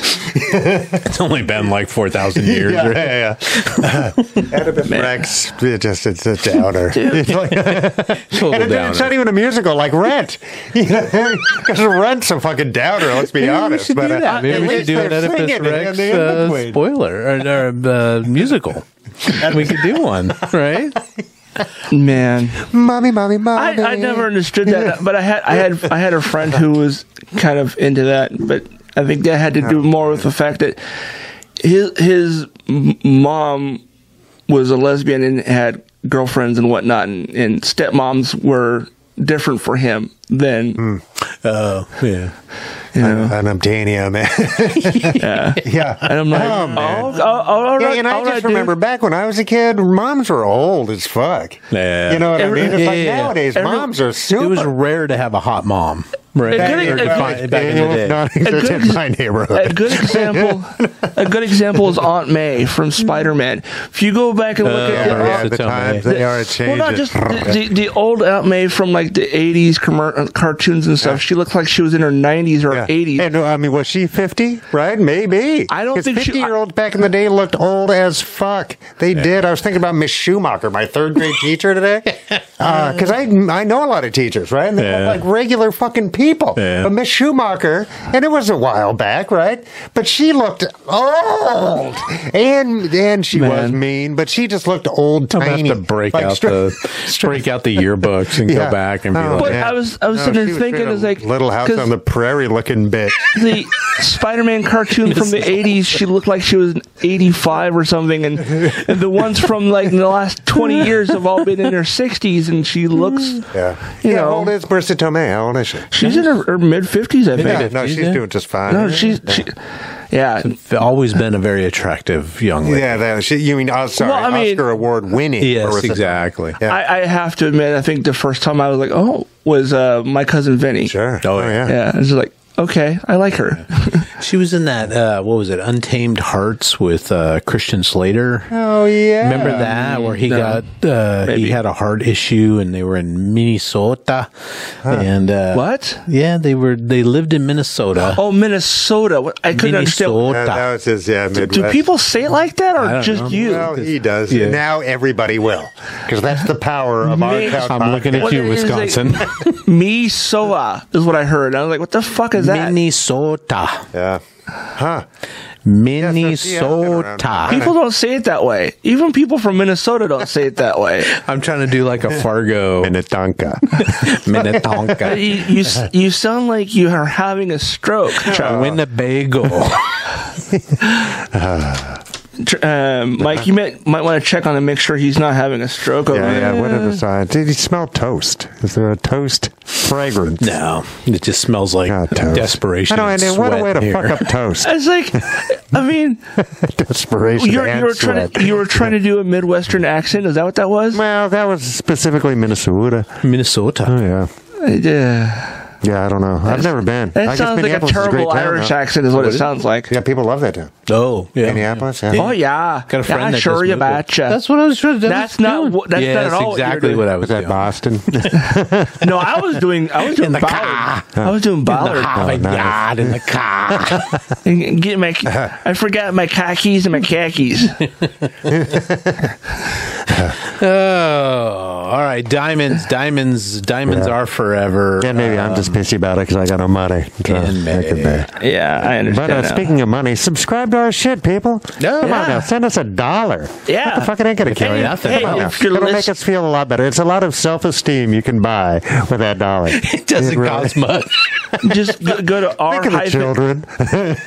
It's only been like four thousand years.
Yeah, yeah, yeah. Oedipus Rex. It just it's a downer. It's like-
Total
and it- it's
downer.
not even a musical like Rent. You know, 'cause Rent's a fucking downer. Let's be
Maybe we
honest.
should do
uh,
that.
at
Maybe we should
least
do an
they're
Oedipus
singing it in
Rex
the
uh,
Oedipus.
spoiler or, or uh, musical. we could do one, right?
Man.
mommy, mommy, mommy.
I, I never understood that, but I had I had I had a friend who was kind of into that, but I think that had to do more with the fact that his his m- mom was a lesbian and had girlfriends and whatnot, and, and stepmoms were different for him than
Oh, yeah.
you know.
An Obtania, man.
yeah.
yeah.
And I'm like,
Oh,
oh,
man.
oh, oh, all
Yeah,
right,
and I
all
just
right, dude."
remember back when I was a kid, moms were old as fuck.
Yeah.
You know what
Every-
I mean? It's like
yeah, yeah, yeah.
nowadays,
Every-
moms are super.
It was rare to have a hot mom, right?
It could've-
Or
it
fi-
could've-
back in the day.
not exist
good-
in my neighborhood.
a good example a good example is Aunt May from Spider Man. If you go back and look at
Uh,
the
yeah,
the
the time,
times they are
Well,
changing.
not just the, the, the old Aunt May from like the '80s commer- uh, cartoons and stuff. She looked like she was in her '90s or
Yeah.
'80s.
And uh, I mean, was she fifty? Right? Maybe.
I don't
'Cause
think she-
fifty-year-olds back in the day looked old as fuck. They did. I was thinking about Miss Schumacher, my third-grade teacher today, because I I know a lot of teachers, right? And they
Yeah.
look like regular fucking people.
Yeah.
But Miss Schumacher, and it was a while back, right? But she looked old, and and she was
Man.
mean, but she just looked old,
I'm
tiny.
gonna have to break
like
out
stra-
the
stra-
break out the yearbooks and
Yeah.
go back and be
Oh,
like,
but
yeah.
I was I was
No,
sitting
she
there
was
thinking,
straight
I was like,
up Little House
'cause
on the Prairie looking bitch.
the Spider-Man cartoon from the '80s. She looked like she was 85 or something, and, and the ones from like the last 20 years have all been in her 60s, and she looks
Yeah.
You
yeah,
know.
how old is Marissa Tomei? How old is she?
she's in her, her mid 50s. I think.
Mm. Yeah, no, she's
yeah.
doing just fine.
No, she's she, yeah.
always been a very attractive young lady.
Yeah, that, she, you mean, oh, sorry,
Well, I mean-
Oscar award winning.
Yes, exactly.
Yeah.
I, I have to admit, I think the first time I was like, oh, was uh, my cousin Vinny.
Sure.
Oh,
yeah.
Yeah, I was just like, Okay, I like her.
She was in that uh, what was it, Untamed Hearts with uh, Christian Slater.
Oh yeah.
Remember that where he
No.
got uh, he
Maybe.
had a heart issue and they were in Minnesota and uh,
What?
Yeah, they were they lived in Minnesota.
Oh, Minnesota. What- I couldn't understand.
Uh, that
Minnesota.
was his yeah. Midwest.
Do people say it like that,
I
or
don't
just
know.
you?
Well, he does.
Yeah.
Now everybody will, because that's the power of our
Me-
town.
I'm looking at
What
you,
is it?
Wisconsin.
Minnesota is what I heard. I was like, what the fuck is that?
Minnesota.
Yeah. Huh.
Minnesota.
people don't say it that way. Even people from Minnesota don't say it that way.
I'm trying to do like a Fargo
Minnetonka.
You,
Minnetonka.
you, s- you sound like you are having a stroke. Chuck.
Winnebago.
Tr- Um, Mike, you might, might want to check on him, make sure he's not having a stroke over
yeah,
there.
yeah. What are the signs? Did he smell toast? Is there a toast fragrance?
no, it just smells like
Not toast.
desperation.
I don't.
and
And what a
sweat
way to
here.
fuck up toast.
It's like, I mean,
Desperation
you're,
and
you were trying
sweat.
to, you were trying to do a Midwestern accent. Is that what that was?
well, that was specifically Minnesota.
Minnesota.
Oh, yeah.
Yeah.
Yeah, I don't know. I've never been. I
That
guess
sounds like a
Minneapolis is great
terrible
town,
Irish
though.
accent, is what it sounds like.
Yeah, people love that town.
Oh, yeah.
Minneapolis, yeah.
Oh yeah,
Got a friend
Yeah,
that
sure
just
you
moved there.
betcha.
That's what I was trying to
That's not
doing.
what- that's
yeah,
not at
that's
all what you're
exactly
doing.
what I was
uh, Was that
doing.
Boston?
no, I was doing I was doing
the
Ballard. I was doing Ballard.
Ah, my
nice.
God, in the car.
And Get my I forgot my khakis and my khakis.
oh, all right. Diamonds, diamonds, diamonds
Yeah.
are forever.
and maybe I'm
Um,
just pissy about it because I got no money. So
and
that could
maybe.
be.
Yeah, I
But
understand.
uh,
now.
speaking of money, subscribe to our shit, people.
Yeah.
Come on
Yeah.
now, send us a dollar.
Yeah.
What the fuck? It ain't gonna kill
ain't
you.
nothing.
Come
Hey,
on now.
if you're
It'll
list-
make us feel a lot better. It's a lot of self-esteem you can buy with that dollar.
it doesn't
really-
cost much.
Just go, go to r
Think of the
hyphen
children.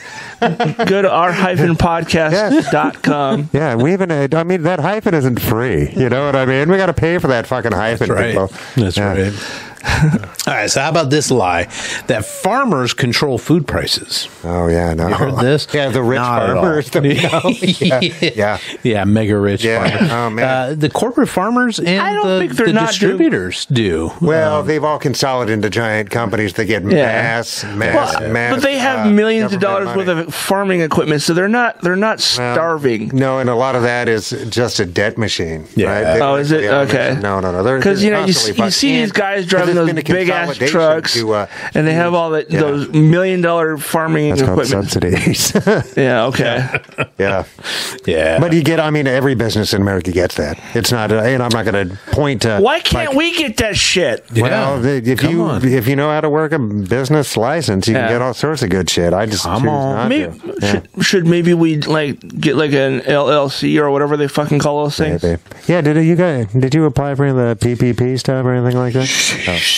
go to r hyphen podcast dot com.
yeah, we even. uh, I mean, that hyphen isn't free. You know what I mean? We got to pay for that fucking hyphen, people.
That's
Yeah.
right. All right. So, how about this lie that farmers control food prices?
Oh yeah, no.
Heard this?
Yeah, the rich
Not at all.
farmers. The, no, yeah, yeah.
yeah, mega rich.
Yeah,
farmers.
oh, man.
Uh, the corporate farmers and
I don't
the,
think they're
the
not doing-
distributors do.
Well,
Um,
they've all consolidated into giant companies that get mass, mass,
Well,
mass.
but they have
uh,
millions of
government
dollars
money.
worth of farming equipment, so they're not they're not starving.
No, and a lot of that is just a debt machine.
Yeah.
Right? They-
Oh, is it?
yeah,
Okay.
machine. No, no, no. They're-
Because
they're
you know you, s-
constantly
you
fucking-
see these
and-
guys
'cause
driving
there's
those
been a
big ass
consolidation
trucks,
to, uh,
and they have all that
yeah.
those million dollar farming
That's called
equipment.
subsidies.
Yeah, okay.
uh, yeah,
yeah.
but you get. I mean, every business in America gets that. It's not, uh, and I'm not going to point to
Why can't
like,
we get that shit?
Well,
Yeah.
the- if
Come
you
on.
if you know how to work a business license, you
Yeah.
can get all sorts of good shit. I just
Come
choose
on.
not
Maybe,
to. Yeah.
should, should maybe we like get like an LLC or whatever they fucking call those things.
Maybe. Yeah, did you guys did you apply for any of the PPP stuff or anything like that?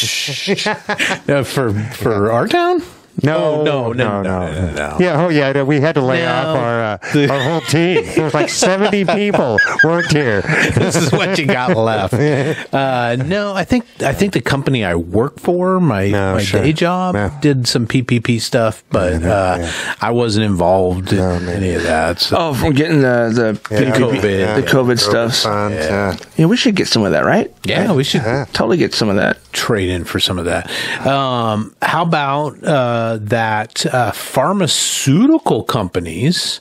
Uh, for for our town?
No,
Oh, no,
no,
no, no, no.
Yeah, oh yeah, we had to lay
No.
off our uh, our whole team. There was like seventy people worked here.
this is what you got left. Uh, no, I think I think the company I work for, my
No,
my
sure.
day job,
Yeah.
did some PPP stuff, but uh, I wasn't involved in
No, me
any of that. So.
Oh, from getting the the
Yeah.
COVID,
Yeah.
the COVID stuff.
funds, yeah.
Yeah, we should get some of that, right?
Yeah, we should
Totally get some of that.
trade in for some of that. Um, how about uh, that uh, pharmaceutical companies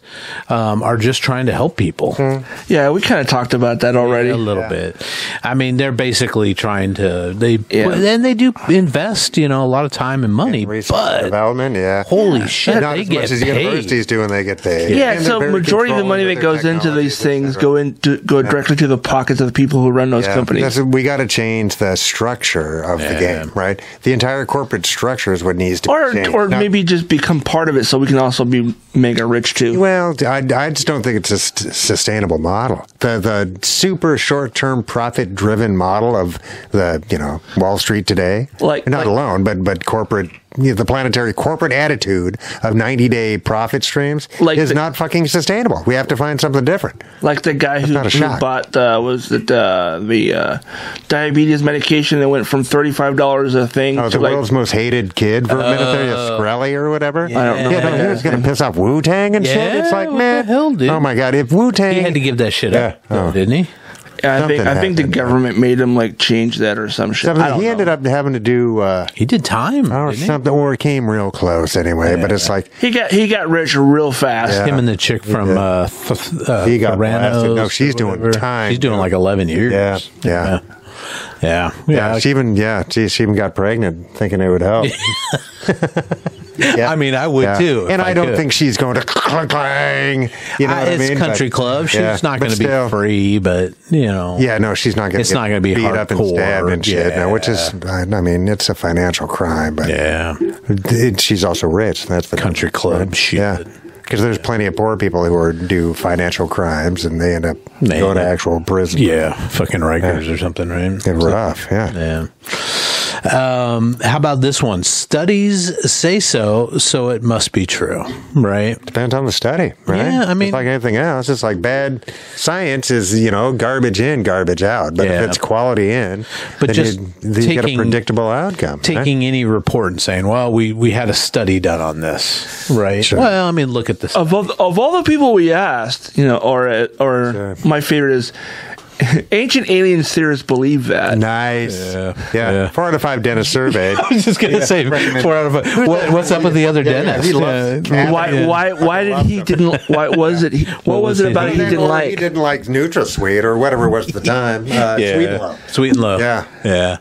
um, are just trying to help people
Hmm.
Yeah, we kind of talked about that already.
a little bit? I mean, they're basically trying to they
Yeah.
then they do invest, you know, a lot of time and money,
Research and
but
development, yeah.
holy shit,
Not
they
as much
get
as
paid.
universities do when they get paid.
Yeah,
And
so
they're very
majority of the money
controlling
that
with
goes
their
into these
technologies, et
things
cetera.
go into go directly to the pockets of the people who run those
Yeah,
companies.
that's- we got to change the structure of the
Yeah.
game, right? The entire corporate structure is what needs to be
Or
changed.
or
Not-
maybe just become part of it so we can also be mega rich too.
Well, I, I just don't think it's a st- sustainable model. The the super short term profit driven model of the you know Wall Street today,
Like-
not
like-
alone, but but corporate you know, the planetary corporate attitude of ninety day profit streams
Like
is
the-
not fucking sustainable. We have to find something different.
Like the guy who,
not a
who
shock.
bought uh, was it uh, the uh, diabetes medication that went from thirty five dollars a thing
Oh,
to
the
like
world's most hated kid for a minute there, Skrelly or whatever.
Oh. I don't know
Yeah, no,
that
he was
guy.
going to piss off Wu Tang and shit.
Yeah,
It's like,
what the
man,
hell, dude?
oh my god, if Wu Tang
He had to give that shit up,
Yeah.
though,
Oh.
didn't he?
I think
Something
I think the
happened.
government made him like change that or some shit.
Something-
I don't
he
know.
ended up having to do uh,
He did time.
or
didn't he?
something, or came real close anyway. but it's like
He got he got rich real fast.
Yeah.
Him and the chick from
did.
uh, F- uh,
He
Ferranos
got blasted. No,
or
she's doing
whatever.
time,
She's doing
dude.
like eleven years.
Yeah,
yeah, yeah.
Yeah,
Yeah.
she even yeah, geez, she even got pregnant thinking it would help. Yeah.
I mean, I would
Yeah.
too, if
and
I
I, don't
could.
think she's going to clang. clang you know
Uh,
what I
it's
mean?
country club. She's not going to be
free.
free, but you know,
Yeah, no, she's not going.
It's not gonna be
beat up and
hardcore,
stabbed and shit. No, which is, I I mean, it's a financial crime, but
yeah.
it- she's also rich. That's the
Country club shit.
Yeah, because there's plenty of poor people who are do financial crimes and they end up
They
going to
end up-
actual prison.
Yeah, fucking Rikers or something, right?
it's rough. Yeah.
Yeah. Um, how about this one? Studies say so, so it must be true, right?
depends on the study, right?
Yeah, I
Just
mean-
like anything else, it's like bad science is you know garbage in, garbage out. But
Yeah.
if it's quality in,
But
then
just
you, then you get a
taking-
predictable outcome. right?
Taking any report and saying, "Well, we we had a study done on this," right?
Sure.
Well, I mean, look at this.
Of all, of all the people we asked, you know, or uh, or
Sure.
my favorite is ancient aliens theorists believe that.
nice,
Yeah,
yeah,
yeah. Oh,
four out of five dentists surveyed.
I was just gonna say four out of five. What, what's up with the other
Yeah, yeah,
dentist?
he loves
Yeah.
cat-
Why
Yeah.
why why did he didn't? Why was it? He, what, was it about
he
he didn't
Or He
like?
didn't like NutraSweet or whatever it was at the time. Uh,
Yeah.
Sweet Love.
Sweet and low.
Yeah.
yeah.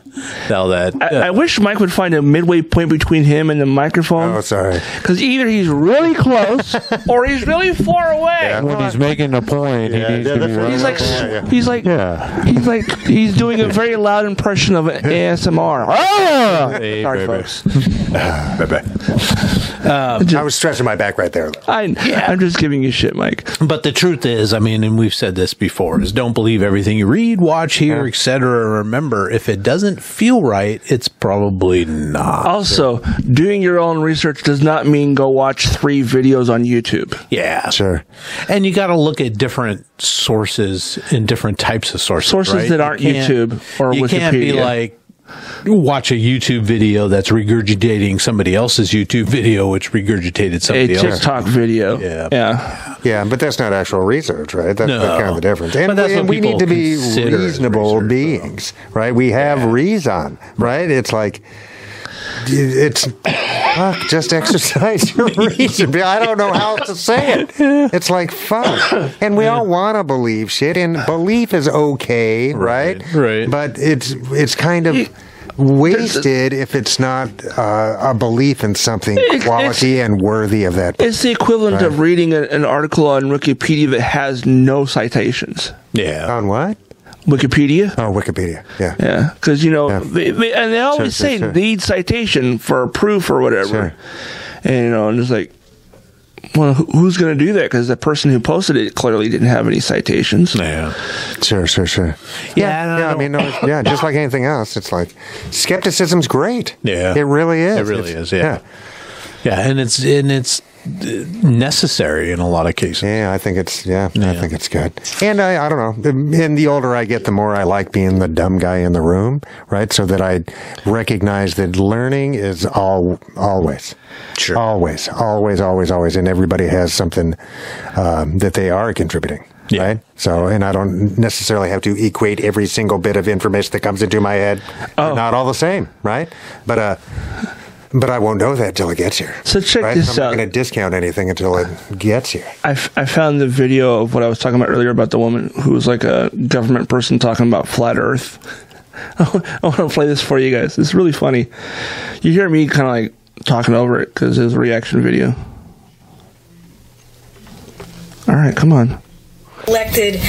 All that.
I, I wish Mike would find a midway point between him and the
Oh,
microphone,
sorry.
because either he's really close or he's really far away.
When he's making a point,
Yeah,
he needs
yeah,
to be
that's-
right.
He's like,
Yeah, yeah.
he's like,
Yeah.
he's like, he's doing a very loud impression of an ASMR. Ah!
Hey,
Sorry,
baby.
folks.
I was stretching my back right there.
I, I'm just giving you shit, Mike.
But the truth is, I mean, and we've said this before, is don't believe everything you read, watch, hear, etc. Remember, if it doesn't feel right, it's probably
Oh.
not.
Also, doing your own research does not mean go watch three videos on YouTube.
Yeah.
Sure.
And you got to look at different sources and different types of sources.
Sources
right?
that
You
aren't
can't-
YouTube or
you can't be
Wikipedia.
like watch a YouTube video that's regurgitating somebody else's YouTube video, which regurgitated
A
somebody else's.
TikTok video.
Yeah.
Yeah.
Yeah, but that's not actual research, right? That's
No.
the kind of the difference. And,
But that's
and
what
we need
people
to be
consider
reasonable
research,
beings, right? We have reason, right? It's like it's fuck, just exercise your reason. I don't know how else to say it. It's like fuck, and we all want to believe shit, and belief is okay, right?
Right, right.
But it's it's kind of. Wasted if it's not uh, a belief in something
It's-
quality and worthy of that.
It's the equivalent of reading a, an article on Wikipedia that has no citations.
Yeah.
On what?
Wikipedia?
Oh, Wikipedia. Yeah.
Yeah. Because, you know,
Yeah.
they, they, and they always
sure,
say
sure.
need citation for proof or whatever.
Sure.
And, you know, and it's like, well, who- who's going to do that? Because the person who posted it clearly didn't have any citations.
Yeah.
Sure, sure, sure.
Yeah, and I
yeah. I,
don't-
mean, no, it's- yeah, just like anything else, it's like skepticism's great.
Yeah.
it really is.
It really
It's-
is, yeah. Yeah. And it's, and it's uh, necessary in a lot of cases.
yeah, yeah. I think it's yeah, I
Yeah.
think it's good. And I, I don't know. And the older I get, the more I like being the dumb guy in the room, right? So that I recognize that learning is all always.
Sure.
Always, always, always, always, and everybody has something um, that they are contributing,
Yeah.
right? So, and I don't necessarily have to equate every single bit of information that comes into my head.
Oh.
They're Not all the same, right? But uh, but I won't know that till it gets here.
So check
right?
this
I'm not
out.
going to discount anything until it gets here.
I, f- I found the video of what I was talking about earlier about the woman who was like a government person talking about flat Earth. I want to play this for you guys. It's really funny. You hear me kind of like talking over it because it's a reaction video. All right, come on.
elected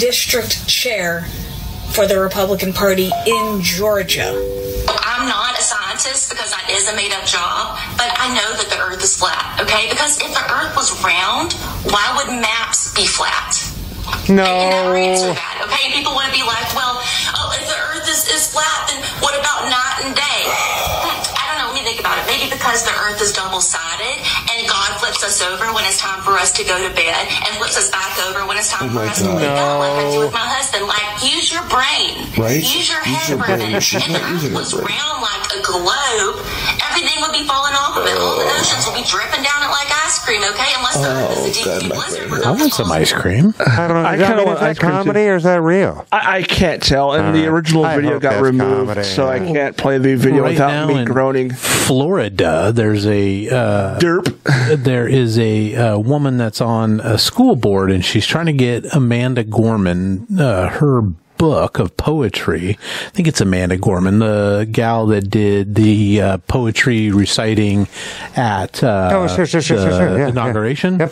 district chair for the Republican Party in Georgia.
I'm not a scientist because that is a made up job, but I know that the earth is flat, okay? Because if the earth was round, why would maps be flat? They can never answer
No,
that, okay? People want to be like, well, oh, if the earth is, is flat, then what about night and day? Hmm, I don't know anything think about it. Maybe because the earth is double sided and God flips us over when it's time for us to go to bed and flips us back over when it's
Oh
time for us to wake up, like I do with my husband. Like, use your brain.
Right?
Use your
Use
head
your
for a
brain.
minute.
She's
If the
not using
earth
her
was
brain.
round like a globe, everything would be falling off of it. All the oceans would be dripping down it like ice cream, okay? Unless the earth is a
Oh,
deep,
God,
deep
my
blizzard.
brain
I
with all the
want some ice cream.
I don't know.
I
I,
kinda
mean,
want
is that
ice cream, too.
comedy or is that real?
I, I can't tell, and the
Uh,
original
I
video
hope
got
that's
removed,
comedy,
so I
yeah.
can't play the video
Right
without
now
me
in
groaning.
Florida, there's a uh,
Derp.
there is a uh, woman that's on a school board, and she's trying to get Amanda Gorman uh, her book of poetry. I think it's Amanda Gorman, the gal that did the uh, poetry reciting at uh,
Oh, sure, sure, sure,
the
sure, sure. Yeah, yeah.
inauguration
Yep.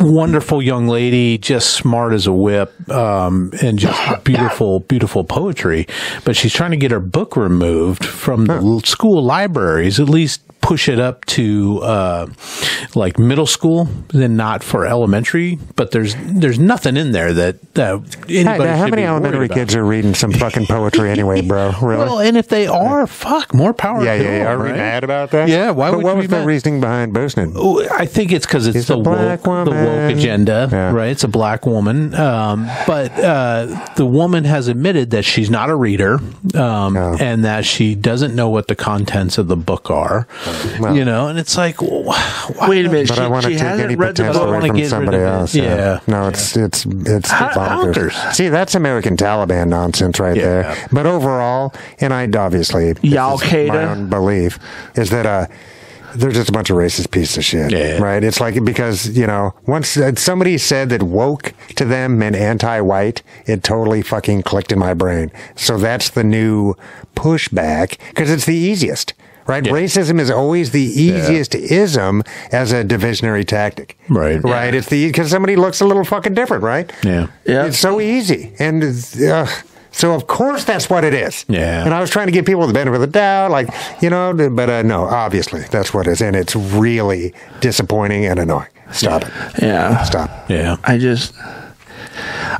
wonderful young lady, just smart as a whip, um, and just beautiful, beautiful poetry. But she's trying to get her book removed from the l- school libraries, at least push it up to uh, like middle school, then not for elementary. But there's there's nothing in there that that
Hey,
anybody.
now, how
should
many
be worried
elementary
about.
kids are reading some fucking poetry anyway, bro? Really?
Well, and if they are, fuck, more power.
yeah,
to
yeah, yeah.
them,
Are we
right?
mad about that?
Yeah, why
but
would
what
you
was
be
the
mad? Oh.
reasoning behind boosting?
Ooh, I think it's because it's,
It's a
the
black
woke, the
woman.
woke agenda,
Yeah.
right? It's a black woman, um, but uh, the woman has admitted that she's not a reader um,
No.
and that she doesn't know what the contents of the book are.
Well.
you know, and it's like, wh- why
Wait a minute,
But
she,
I want to
she
take any
hasn't read the
potential
I
away
wanna
book.
from
get rid
somebody
of it.
else.
Yeah.
No, it's it's it's the
How- how
bonkers.
there's-
See, that's American Taliban nonsense right
Yeah.
there. But overall, and I obviously this
Y'all
is
cater.
my own belief is that uh they're just a bunch of racist pieces of shit,
Yeah.
right? It's like because you know once uh, somebody said that woke to them meant anti-white, it totally fucking clicked in my brain. So that's the new pushback because it's the easiest, right? Racism is always the easiest ism as a divisionary tactic,
Right.
Right? It's the because somebody looks a little fucking different, right?
Yeah.
Yeah.
It's so easy. And uh, so, of course, that's what it is.
Yeah.
And I was trying to give people the benefit of the doubt, like, you know, but uh, no, obviously, that's what it is. And it's really disappointing and annoying. Stop it.
Yeah.
Stop.
yeah.
I just,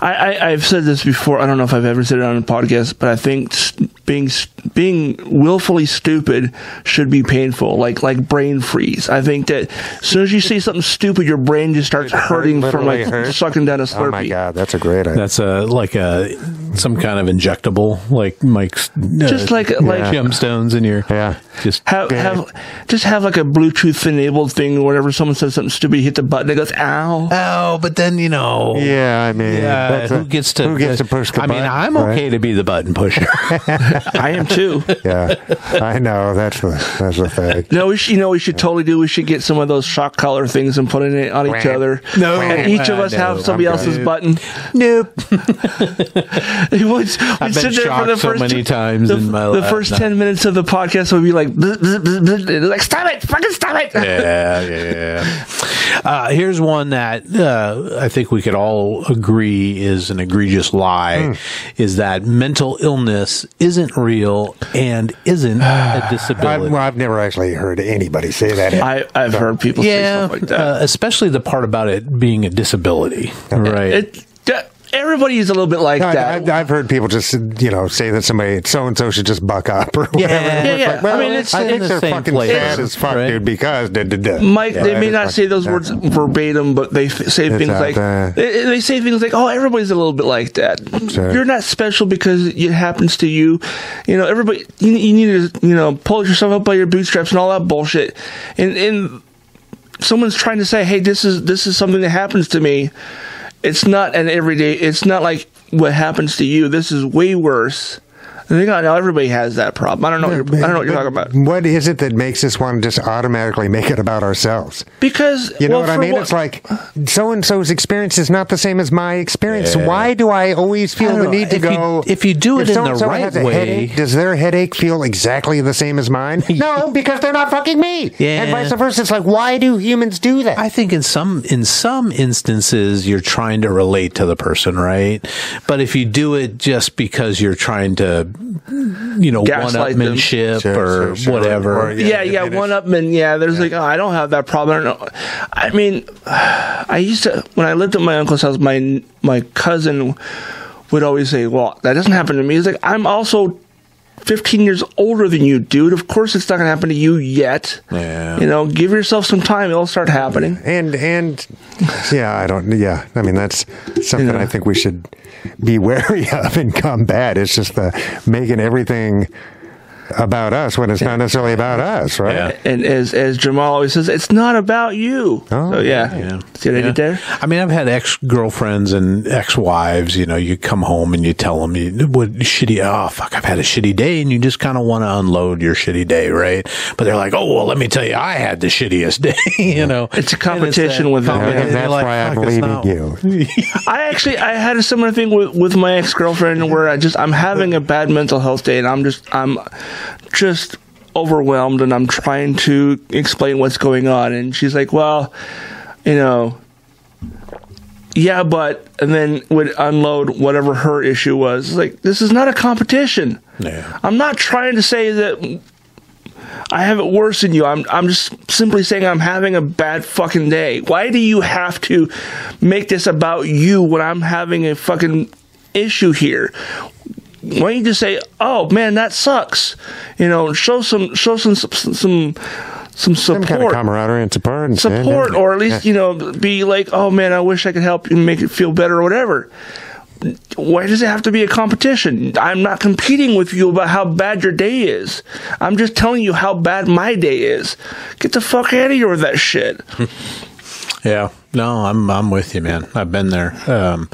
I, I I've said this before. I don't know if I've ever said it on a podcast, but I think s- being s- being willfully stupid should be painful, like like brain freeze. I think that as soon as you see something stupid, your brain just starts hurting from
literally
like
hurt.
sucking down a Slurpee.
Oh, my God. That's a great idea.
That's a like a some kind of injectable, like Mike's uh,
Just like like
gemstones in your
Yeah.
Just
Have,
Yeah.
have just have like a Bluetooth enabled thing or whenever someone says something stupid, you hit the button, it goes ow.
oh, but then you know,
yeah, I mean,
Yeah,
that's a-
who gets to
who gets to push the
I mean,
button,
I'm
right?
okay to be the button pusher.
I am too.
Yeah, I know that's the that's the thing.
No, we should, you know what we should totally do. We should get some of those shock collar things and put it on each
Wah.
other.
No.
and each of
Uh,
us
no,
have
I'm
somebody
good.
else's button.
nope.
We would, we'd
I've been
sit there for
shocked
the
so
first
many times
the,
in my
the
life.
first
No.
ten minutes of the podcast would be like, "Bzz, bzz, bzz, bzz," and like stop it, fucking stop it.
yeah, yeah. Uh, here's one that uh, I think we could all agree is an egregious lie:
Hmm.
is that mental illness isn't real and isn't a
I've,
disability.
well, I've never actually heard anybody say that.
I, I've heard people
yeah,
say stuff like that.
uh, especially the part about it being a disability, right?
it, that- everybody's a little bit like
No, I-
that.
I, I've heard people just you know say that somebody so and so should just buck up or
Yeah.
whatever.
Yeah,
It's
yeah.
like, well,
I mean, it's-
I think
it's
they're
the same
fucking
place.
sad as fuck,
Right.
dude. Because da, da, da.
Mike,
Yeah,
they may
it's
not
like-
say those
yeah.
words verbatim, but they f- say
It's
things
out
like
there.
they, they say things like, "Oh, everybody's a little bit like that.
Sure.
You're not special because it happens to you. You know, everybody. You, you need to, you know, pull yourself up by your bootstraps and all that bullshit." And and someone's trying to say, "Hey, this is this is something that happens to me. It's not an everyday. It's not like what happens to you. This is way worse." And they got now everybody has that problem. I don't know. What you're, I don't know what you're
But
talking about
What is it that makes us want to just automatically make it about ourselves?
because
You know
well,
what I
for
mean? It's like so and so's experience is not the same as my experience. Why do I always
I
feel
don't
the
know.
need to
If you-
go?
if you do it in the
so-and-so
right
has a
way-
headache, does their headache feel exactly the same as mine? No, because they're not fucking me.
Yeah.
And vice versa. It's like, why do humans do that?
I think in some in some instances you're trying to relate to the person, right? But if you do it just because you're trying to, you know,
Gaslight them.
one-upmanship
Sure,
or
sure, sure.
whatever.
Or,
yeah,
I
yeah,
mean,
one
it's-
upman. Yeah, there's like, oh, I don't have that problem. I, don't know. I mean, I used to when I lived at my uncle's house. My my cousin would always say, "Well, that doesn't happen to me." He's like, "I'm also 15 years older than you, dude. Of course it's not going to happen to you yet.
Yeah.
You know, give yourself some time. It'll start happening.
and and yeah, I don't. Yeah, I mean that's something
Yeah.
I think we should be wary of and combat. It's just the making everything about us when it's not necessarily about us, right?
Yeah.
And as as Jamal always says, it's not about you.
Oh,
so, yeah. See what I did there?
I mean, I've had ex girlfriends and ex wives. You know, you come home and you tell them you, what shitty. Oh fuck, I've had a shitty day, and you just kind of want to unload your shitty day, right? But they're like, oh well, let me tell you, I had the shittiest day. you know,
It's a
And
competition
that
with them.
competition.
And
They're
that's
like,
why I'm
"Fuck, it's
leaving
not-
you.
I actually I had a similar thing with, with my ex girlfriend where I just I'm having a bad mental health day and I'm just I'm just overwhelmed and I'm trying to explain what's going on and she's like, well, you know, yeah, but and then would unload whatever her issue was. It's like this is not a competition.
Yeah.
I'm not trying to say that I have it worse than you. I'm I'm just simply saying I'm having a bad fucking day. Why do you have to make this about you when I'm having a fucking issue here? Why don't you just say, "Oh man, that sucks," you know, show some show some some some, some
Some
support
kind of camaraderie and support. And stand
support
in.
or at least you know be like oh man i wish i could help you and make it feel better or whatever why does it have to be a competition i'm not competing with you about how bad your day is i'm just telling you how bad my day is get the fuck out of here with that shit
Yeah, no, I'm I'm with you, man. I've been there, um,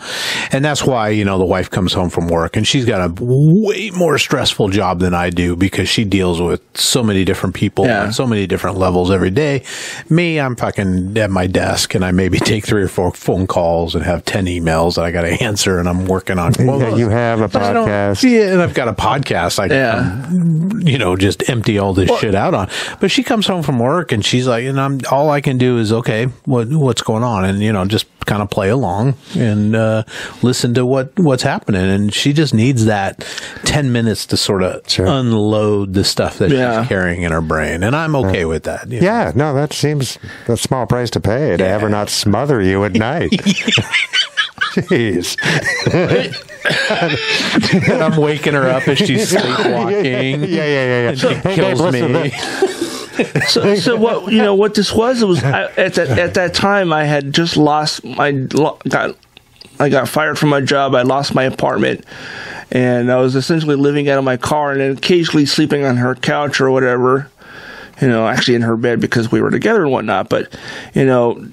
and that's why you know the wife comes home from work and she's got a way more stressful job than I do because she deals with so many different people
Yeah.
on so many different levels every day. Me, I'm fucking at my desk and I maybe take three or four phone calls and have ten emails that I got to answer, and I'm working on.
yeah, you have a
But I don't-
podcast.
yeah, and I've got a podcast. I
Yeah.
can, you know, just empty all this shit out on. But she comes home from work and she's like, and I'm all I can do is okay, what what's going on, and you know, just kind of play along and uh, listen to what what's happening. And she just needs that ten minutes to sort of
Sure.
unload the stuff that
Yeah.
she's carrying in her brain, and I'm okay with that. you know.
Yeah, no, that seems a small price to pay to have her not smother you at night. Jeez.
and I'm waking her up as she's sleepwalking.
Yeah, yeah, yeah, yeah.
She
Hey, babe,
kills
listen,
me.
so, so what you know what this was it was I, at that at that time I had just lost my lo- got I got fired from my job I lost my apartment and I was essentially living out of my car and then occasionally sleeping on her couch or whatever you know actually in her bed because we were together and whatnot but you know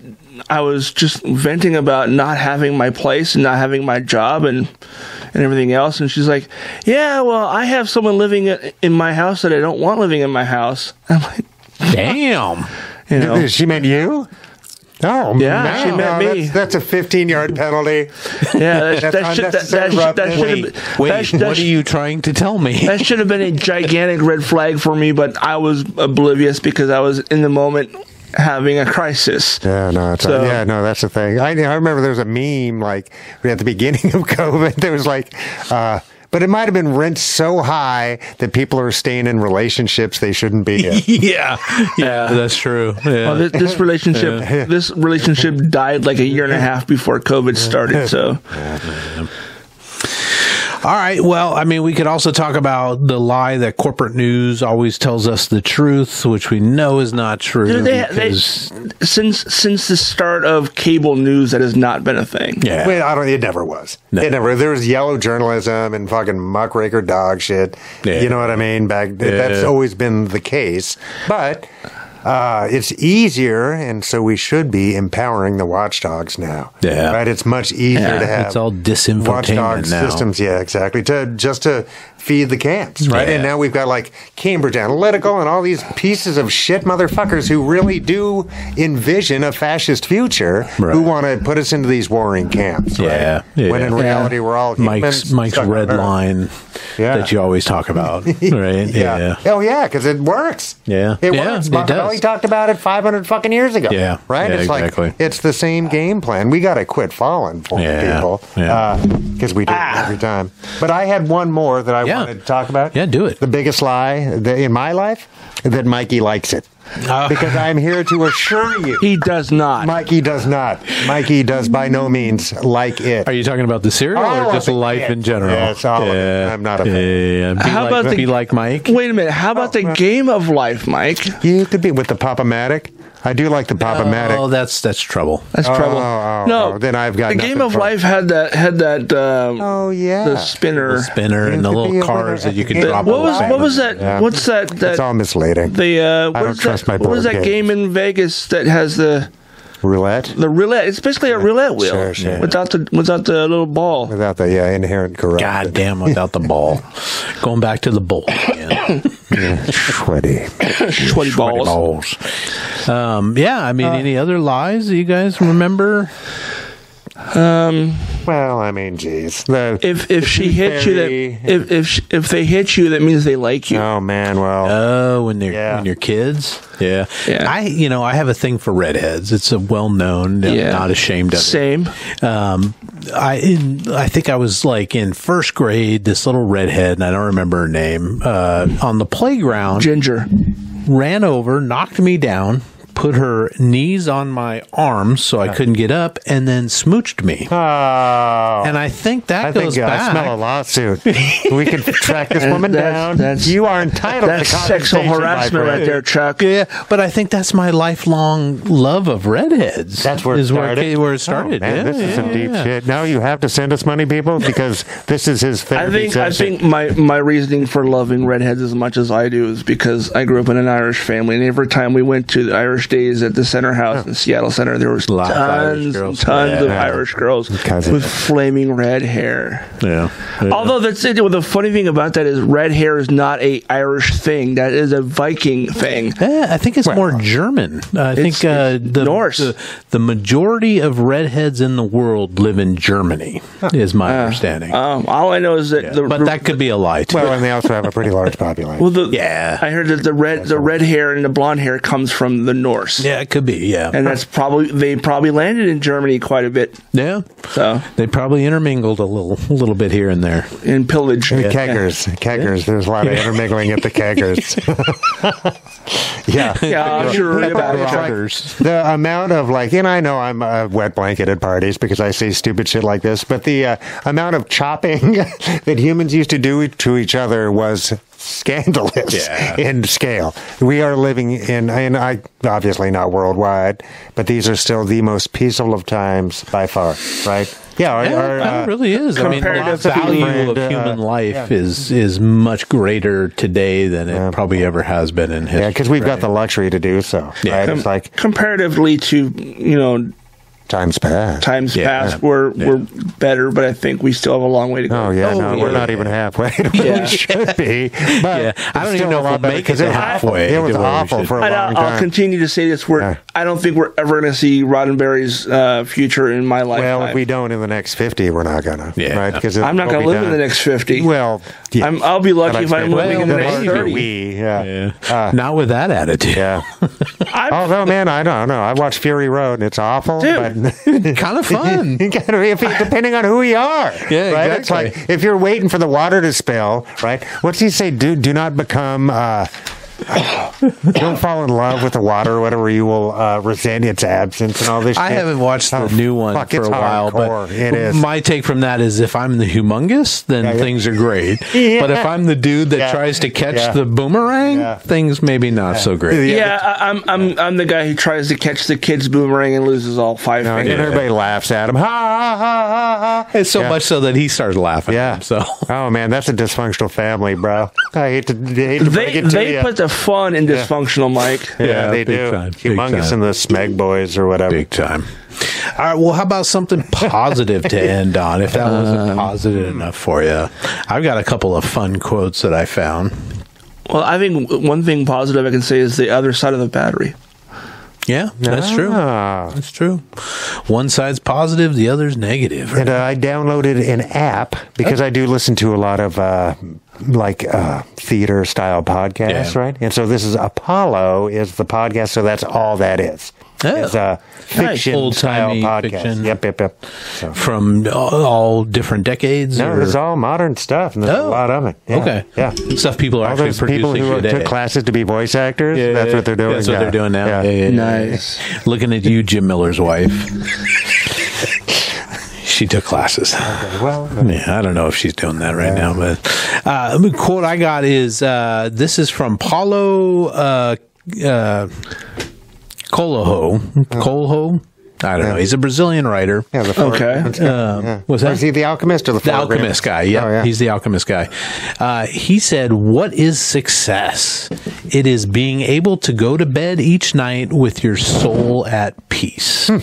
I was just venting about not having my place and not having my job and and everything else and she's like yeah well I have someone living i- in my house that I don't want living in my house I'm like
Damn.
you know
She meant you? Oh,
Yeah,
no,
she meant
no,
me.
That's, that's a 15 yard penalty.
Yeah, that,
That's
that should that,
unnecessary
that, should, that
roughness.
should
Wait,
have
wait,
that, should- that
what are
should-
you trying to tell me?
that should have been a gigantic red flag for me, but I was oblivious because I was in the moment having a crisis.
Yeah, no, it's uh,
So-
yeah, no, that's the thing. I, I remember there was a meme like at the beginning of COVID. There was like, uh, but it might have been rent so high that people are staying in relationships they shouldn't be in.
yeah, yeah, that's true. Yeah.
Well, this, this relationship, this relationship died like a year and a half before COVID started. So,
All right. Well, I mean, we could also talk about the lie that corporate news always tells us the truth, which we know is not true.
Dude, they- they-
because-
since since the start of cable news, that has not been a thing.
yeah.
Well, I don't. It never was. It never. There was yellow journalism and fucking muckraker dog shit.
Yeah.
You know what I mean? Back that's
Yeah.
always been the case. But uh, it's easier, and so we should be empowering the watchdogs now.
Yeah.
Right. It's much easier
Yeah,
to have.
it's all disinfotainment
watchdog
now.
systems. Yeah, exactly. To just to feed the camps, right?
Yeah.
And now we've got like Cambridge Analytical and all these pieces of shit motherfuckers who really do envision a fascist future,
Right.
who want to put us into these warring camps. right?
Yeah, yeah.
When in
Yeah.
reality, we're all
Mike's
humans
Mike's
stuck on
red
Earth.
line
Yeah.
that you always talk about, right? yeah.
Yeah. Oh yeah, because it works.
Yeah.
It
Yeah,
works.
it
Machiavelli
does.
talked about it 500 fucking years ago.
Yeah.
Right.
Yeah,
it's
exactly.
like it's the same game plan. We got to quit falling for it,
Yeah.
people because
Yeah. Ah.
we do it every time. But I had one more that I
Yeah.
wanted to talk about.
Yeah, do it.
The biggest lie that, in my life that Mikey likes it.
because I'm here to assure you,
He does not.
Mikey does not. Mikey does by no means like it.
Are you talking about the cereal
All
or just
of it,
life
yeah.
in general?
Yeah, it's all of it. I'm not a fan.
Yeah, yeah, yeah. Be
How
like,
about the-
be like Mike?
Wait a minute. How about the game of life, Mike?
You could be with the Pop-O-Matic. I do like the Pop-O-Matic.
Oh, that's that's trouble.
That's
Oh,
trouble.
oh,
no,
oh, then I've got
the game
nothing
of
for-
life had that had that. Uh,
Oh, yeah.
the spinner.
The spinner
You
and the
could be
little
a winner
cars
at
that you
the
could
game.
drop.
what
all
was
the
what was
same.
that?
Yeah.
What's that?
it's
that
all misleading.
the uh, what
don't
is
trust
that,
my
What was
board
that
games.
game in Vegas that has the
Roulette
the roulette? It's basically a roulette wheel
sure, sure.
without the without the little ball.
without the yeah inherent corruption.
God damn, without the ball. Going back to the bowl. Again.
sweaty.
Sweaty balls.
Balls. Um, yeah, I mean, any other lies that you guys remember?
Um,
Well, I mean, geez. The,
if if she hits you, that
Barry.
if if sh- if they hit you, that means they like you.
oh man, well,
Oh, when they're
Yeah.
when you're kids. Yeah.
Yeah.
I you know I have a thing for redheads. It's a well known.
Yeah.
Yeah. Not ashamed of it.
Same.
um, I in, I think I was like in first grade. This little redhead, and I don't remember her name, uh, on the playground,
Ginger.
ran over, knocked me down, put her knees on my arms so I couldn't get up, and then smooched me.
oh.
And I think that
I
goes
think uh, I
back.
smell a lawsuit. we can track this woman
That's-
down.
that's-
you are entitled
That's
to
sexual
compensation, my
harassment
friend.
right there, Chuck.
yeah, but I think that's my lifelong love of redheads.
That's where it
is
started.
Where, it- where it started.
Oh, man,
yeah,
this is
yeah,
some deep
yeah.
shit. Now you have to send us money, people, because this is his
I
therapy
think I
session.
think my, my reasoning for loving redheads as much as I do is because I grew up in an Irish family, and every time we went to the Irish days at the Center House in Seattle Center, there was
Lots of Irish
tons,
girls.
tons of
Yeah.
Irish girls
Because of
with
that.
flaming red hair.
Yeah.
Although that's it, the funny thing about that is red hair is not a Irish thing; that is a Viking thing.
Eh, I think it's more German. Uh, I think uh,
it's
the,
Norse.
the the majority of redheads in the world live in Germany, is my
Uh,
understanding.
Um, all I know is that the
but that could be a lie too.
well, and they also have a pretty large population.
well, the,
Yeah.
I heard that the red the red hair and the blonde hair comes from the Norse.
yeah, it could be. Yeah,
And that's probably they probably landed in Germany quite a bit.
yeah.
So
They probably intermingled a little, a little bit here and there.
in pillage.
The keggers, keggers. There's a lot of intermingling at the keggers. yeah.
Yeah, I'm sure
Yeah,
about
but it's
it.
Truckers.
like the amount of like, and I know I'm uh, wet blanket at parties because I say stupid shit like this, but the uh, amount of chopping that humans used to do to each other was scandalous
Yeah.
in scale. We are living in, and I obviously not worldwide, but these are still the most peaceful of times by far, right? Yeah, our, our,
Yeah,
uh,
it really is. I mean, the
comparative to
value
friend,
of human
uh,
life is is much greater today than it probably ever has been in history.
yeah, because we've got the luxury to do so.
Yeah.
Right? It's like
Comparatively to you know
times past.
times
Yeah.
past, we're
Yeah.
we're better, but I think we still have a long way to go.
Oh yeah, no,
yeah,
we're not
yeah.
even halfway. to where
Yeah.
we should be. But
Yeah. I don't even know if we'll make it
because
to
it was
halfway
It
to
was
where we
awful
should
for a
And
long
I'll, I'll
time.
continue to say this: we're
Yeah.
I don't think we're ever going to see Roddenberry's uh, future in my lifetime.
well, if we don't in the next fifty, we're not gonna.
Yeah.
right? Because
I'm not
going to
live in the next fifty.
Well, yeah.
I'm, I'll be lucky if I'm living in the
Well,
next
maybe.
thirty.
We, yeah.
Yeah.
Uh,
Not with that attitude.
yeah.
I-
Although, man, I don't know. I watched Fury Road, and it's awful.
Dude.
But
kind of fun.
You gotta be- if you- depending on who you are.
Yeah,
right.
exactly.
It's like if you're waiting for the water to spill, right? What's he say? Do do not become. Uh, don't fall in love with the water or whatever. You will uh, resent its absence and all this.
I
shit.
haven't watched
Oh,
the new one
fuck,
for
it's
a while,
hardcore.
but
it is.
my take from that is if I'm the humongous, then
Yeah, yeah.
things are great.
Yeah.
But if I'm the dude that
Yeah.
tries to catch
Yeah.
the boomerang,
Yeah.
things maybe not so great.
Yeah,
Yeah, I, I'm I'm I'm the guy who tries to catch the kid's boomerang and loses all five
No, and
fingers.
everybody laughs at him. Ha ha ha ha. ha.
It's so
Yeah.
much so that he starts laughing. at
Yeah.
himself.
Oh man, that's a dysfunctional family, bro. I hate to, I hate to break
They
it to
they
you.
put the fun in dysfunctional, Mike.
yeah,
Yeah,
they
big
do.
time, big
Humongous
time.
and the Smeg Boys or whatever.
Big time. All right. Well, how about something positive to end on? If that
Um,
wasn't positive enough for you, I've got a couple of fun quotes that I found.
Well, I think w- one thing positive I can say is the other side of the battery.
Yeah, that's true.
Ah.
That's true. One side's positive, the other's negative.
And uh, I downloaded an app because I do listen to a lot of uh, like uh, theater style podcasts,
Yeah.
right? And so this is Apollo is the podcast, so that's all that is.
Oh.
It's uh, a fiction style
Old-timey
podcast.
fiction.
Yep, yep, yep. So,
from all, all different decades?
no,
or-
it's all modern stuff, and there's a
Oh.
lot of it. Yeah,
okay.
yeah.
Stuff people are
All
actually
those
producing
people who
today.
took classes to be voice actors,
Yeah,
that's
yeah,
what they're doing.
That's what
now.
they're doing now.
Yeah.
Yeah, yeah, yeah, yeah.
Nice.
Looking at you, Jim Miller's wife. she took classes.
Well,
Yeah, I don't know if she's doing that right now, but uh, the quote I got is uh, this is from Paulo uh, uh, Coloho. Colho? I don't know. He's a Brazilian writer.
yeah, the four-
Okay.
Yeah.
was that-
Or is he the alchemist or the
Uh, The
four agreements?
alchemist guy. Yeah,
Oh, yeah.
he's the alchemist guy. Uh, he said, "What is success? It is being able to go to bed each night with your soul at peace."
Hmm.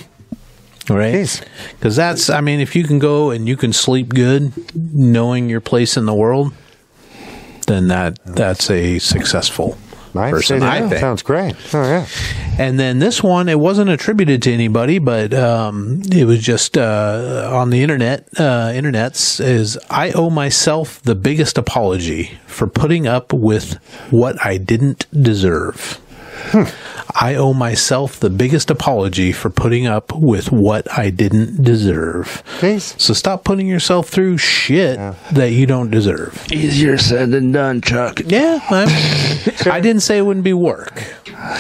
Right?
Jeez.
Because that's, I mean, if you can go and you can sleep good, knowing your place in the world, then that that's a successful
I'd say
person.
that
I think.
sounds great. Oh yeah,
And then this one, it wasn't attributed to anybody, but um, it was just uh, on the internet. Uh, internets is I owe myself the biggest apology for putting up with what I didn't deserve.
Hmm.
I owe myself the biggest apology for putting up with what I didn't deserve.
Please.
So stop putting yourself through shit that you don't deserve.
Easier said than done, Chuck.
Yeah, i I didn't say it wouldn't be work.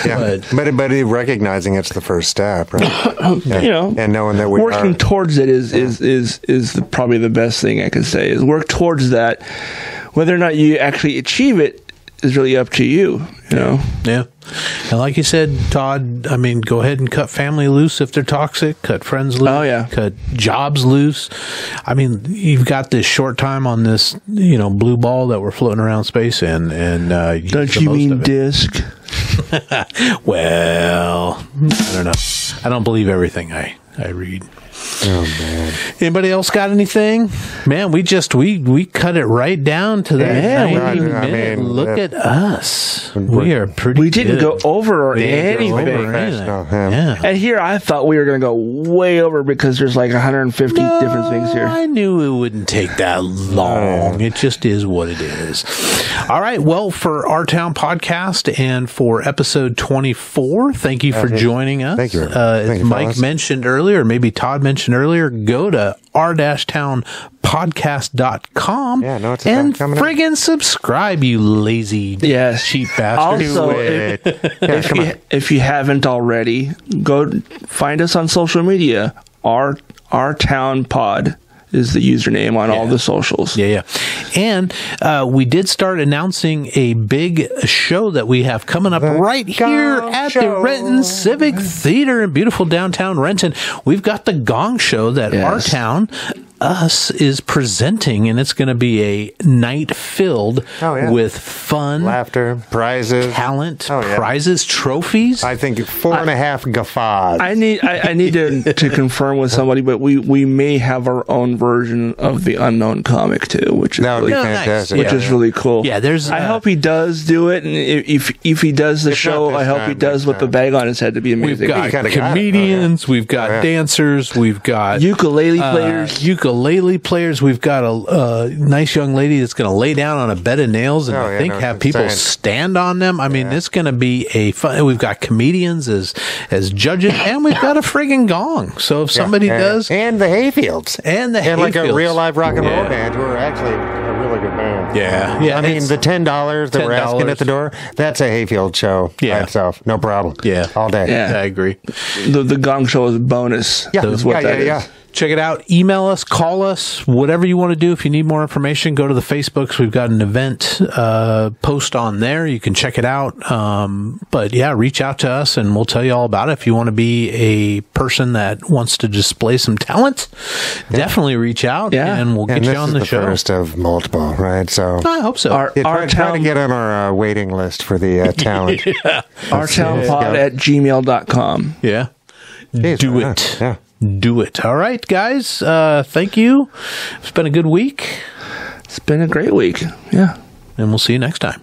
yeah.
But-
But but recognizing it's the first step, right?
You know,
and knowing that we
working
are-
towards it is is is is the, probably the best thing I could say. Is work towards that. Whether or not you actually achieve it is really up to you. You know.
Yeah. And like you said, Todd, I mean, go ahead and cut family loose if they're toxic, cut friends loose,
Oh, yeah.
cut jobs loose. I mean, you've got this short time on this, you know, blue ball that we're floating around space in. And, uh, you
Don't
make the
you
most
mean
of it.
disc?
Well, I don't know. I don't believe everything I, I read.
Oh man,
Anybody else got anything? Man, we just, we, we cut it right down to the
Yeah,
end.
we're on- I mean,
Look
that-
at us. We are pretty
We didn't
good.
go over or
didn't go over
anything.
anything. No, yeah.
Yeah.
And here I thought we were going to go way over because there's like 150 different things here.
I knew it wouldn't take that long.
Uh.
It just is what it is. All right. Well, for our town podcast and for episode 24, thank you for joining us.
Thank you.
Uh, as
Thank you,
Mike
fellas.
mentioned earlier, maybe Todd mentioned earlier, go to r town podcast.com
Yeah, no, it's about
and
coming up.
friggin' subscribe, you lazy
Yes.
cheap bastard.
Also,
Do
if-
it. Yeah,
if
come
you,
on.
if you haven't already, go find us on social media. Our our town pod is the username on all the socials.
Yeah, yeah. And uh, we did start announcing a big show that we have coming up right here
Gong
at the
Show.
Renton Civic Theater in beautiful downtown Renton. We've got the Gong Show that our
Yes.
town. Us is presenting, and it's going to be a night filled
Oh, yeah.
with fun,
laughter, prizes,
talent,
Oh, yeah.
prizes, trophies.
I think four and a half guffaws.
I need I, I need to, to confirm with somebody, but we, we may have our own version of the unknown comic too, which is
that would be
really,
Yeah, nice.
fantastic.
Which
which is really cool.
Yeah, there's,
I
uh,
hope he does do it, and i- if if he does the
If not
show,
this
I hope he
time,
does
next
with the
time.
bag on his head to be amazing.
We've got
kinda got it. Oh,
comedians, we've got
yeah.
dancers, we've got
ukulele
uh,
players.
ukulele players. We've got a, a nice young lady that's going to lay down on a bed of nails and
Oh,
I
yeah,
think
no,
have
it's
people
insane.
stand on them. I mean, it's going to be a fun. We've got comedians as as judges, and we've got a friggin' gong. So if somebody
and,
does,
and the Hayfields,
And the
and like a
Hayfields.
real live rock and
Yeah.
roll band, who are actually a really good band.
Yeah. Yeah,
I mean
it's-
the ten dollars that we're asking
$10.
at the door—that's a Hayfield show by
Yeah.
itself, no problem.
Yeah.
all day.
Yeah.
I agree.
the the Gong Show is bonus.
yeah,
is
yeah,
what
yeah,
that is.
yeah.
Check it out. Email us, call us, whatever you want to do. If you need more information, go to the Facebooks. We've got an event uh, post on there. You can check it out. Um, but yeah, reach out to us and we'll tell you all about it. If you want to be a person that wants to display some talent, definitely reach out
Yeah.
and we'll
And
get
this
you on
is
the,
the,
show.
first of multiple, right? So
I hope so.
Our
yeah,
our
try, try to
town
get on our uh, waiting list for the uh, talent.
our town pod at gmail.com.
yeah.
Jeez,
Do
why not?
it.
Yeah.
Do it. All right, guys. Uh, thank you. It's been a good week
It's been a great week. Yeah.
and we'll see you next time.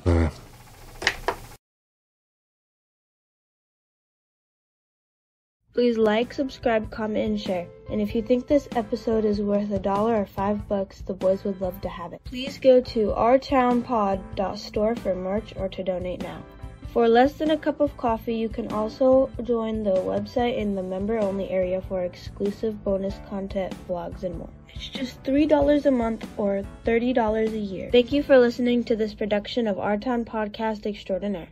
Please like, subscribe, comment, and share. And if you think this episode is worth a dollar or five bucks, the boys would love to have it. Please go to ourtownpod.store for merch or to donate now.
For less than a cup of coffee, you can also join the website in the member only area for exclusive bonus content, blogs, and more. It's just $3 a month or $30 a year. Thank you for listening to this production of Our Town Podcast Extraordinaire.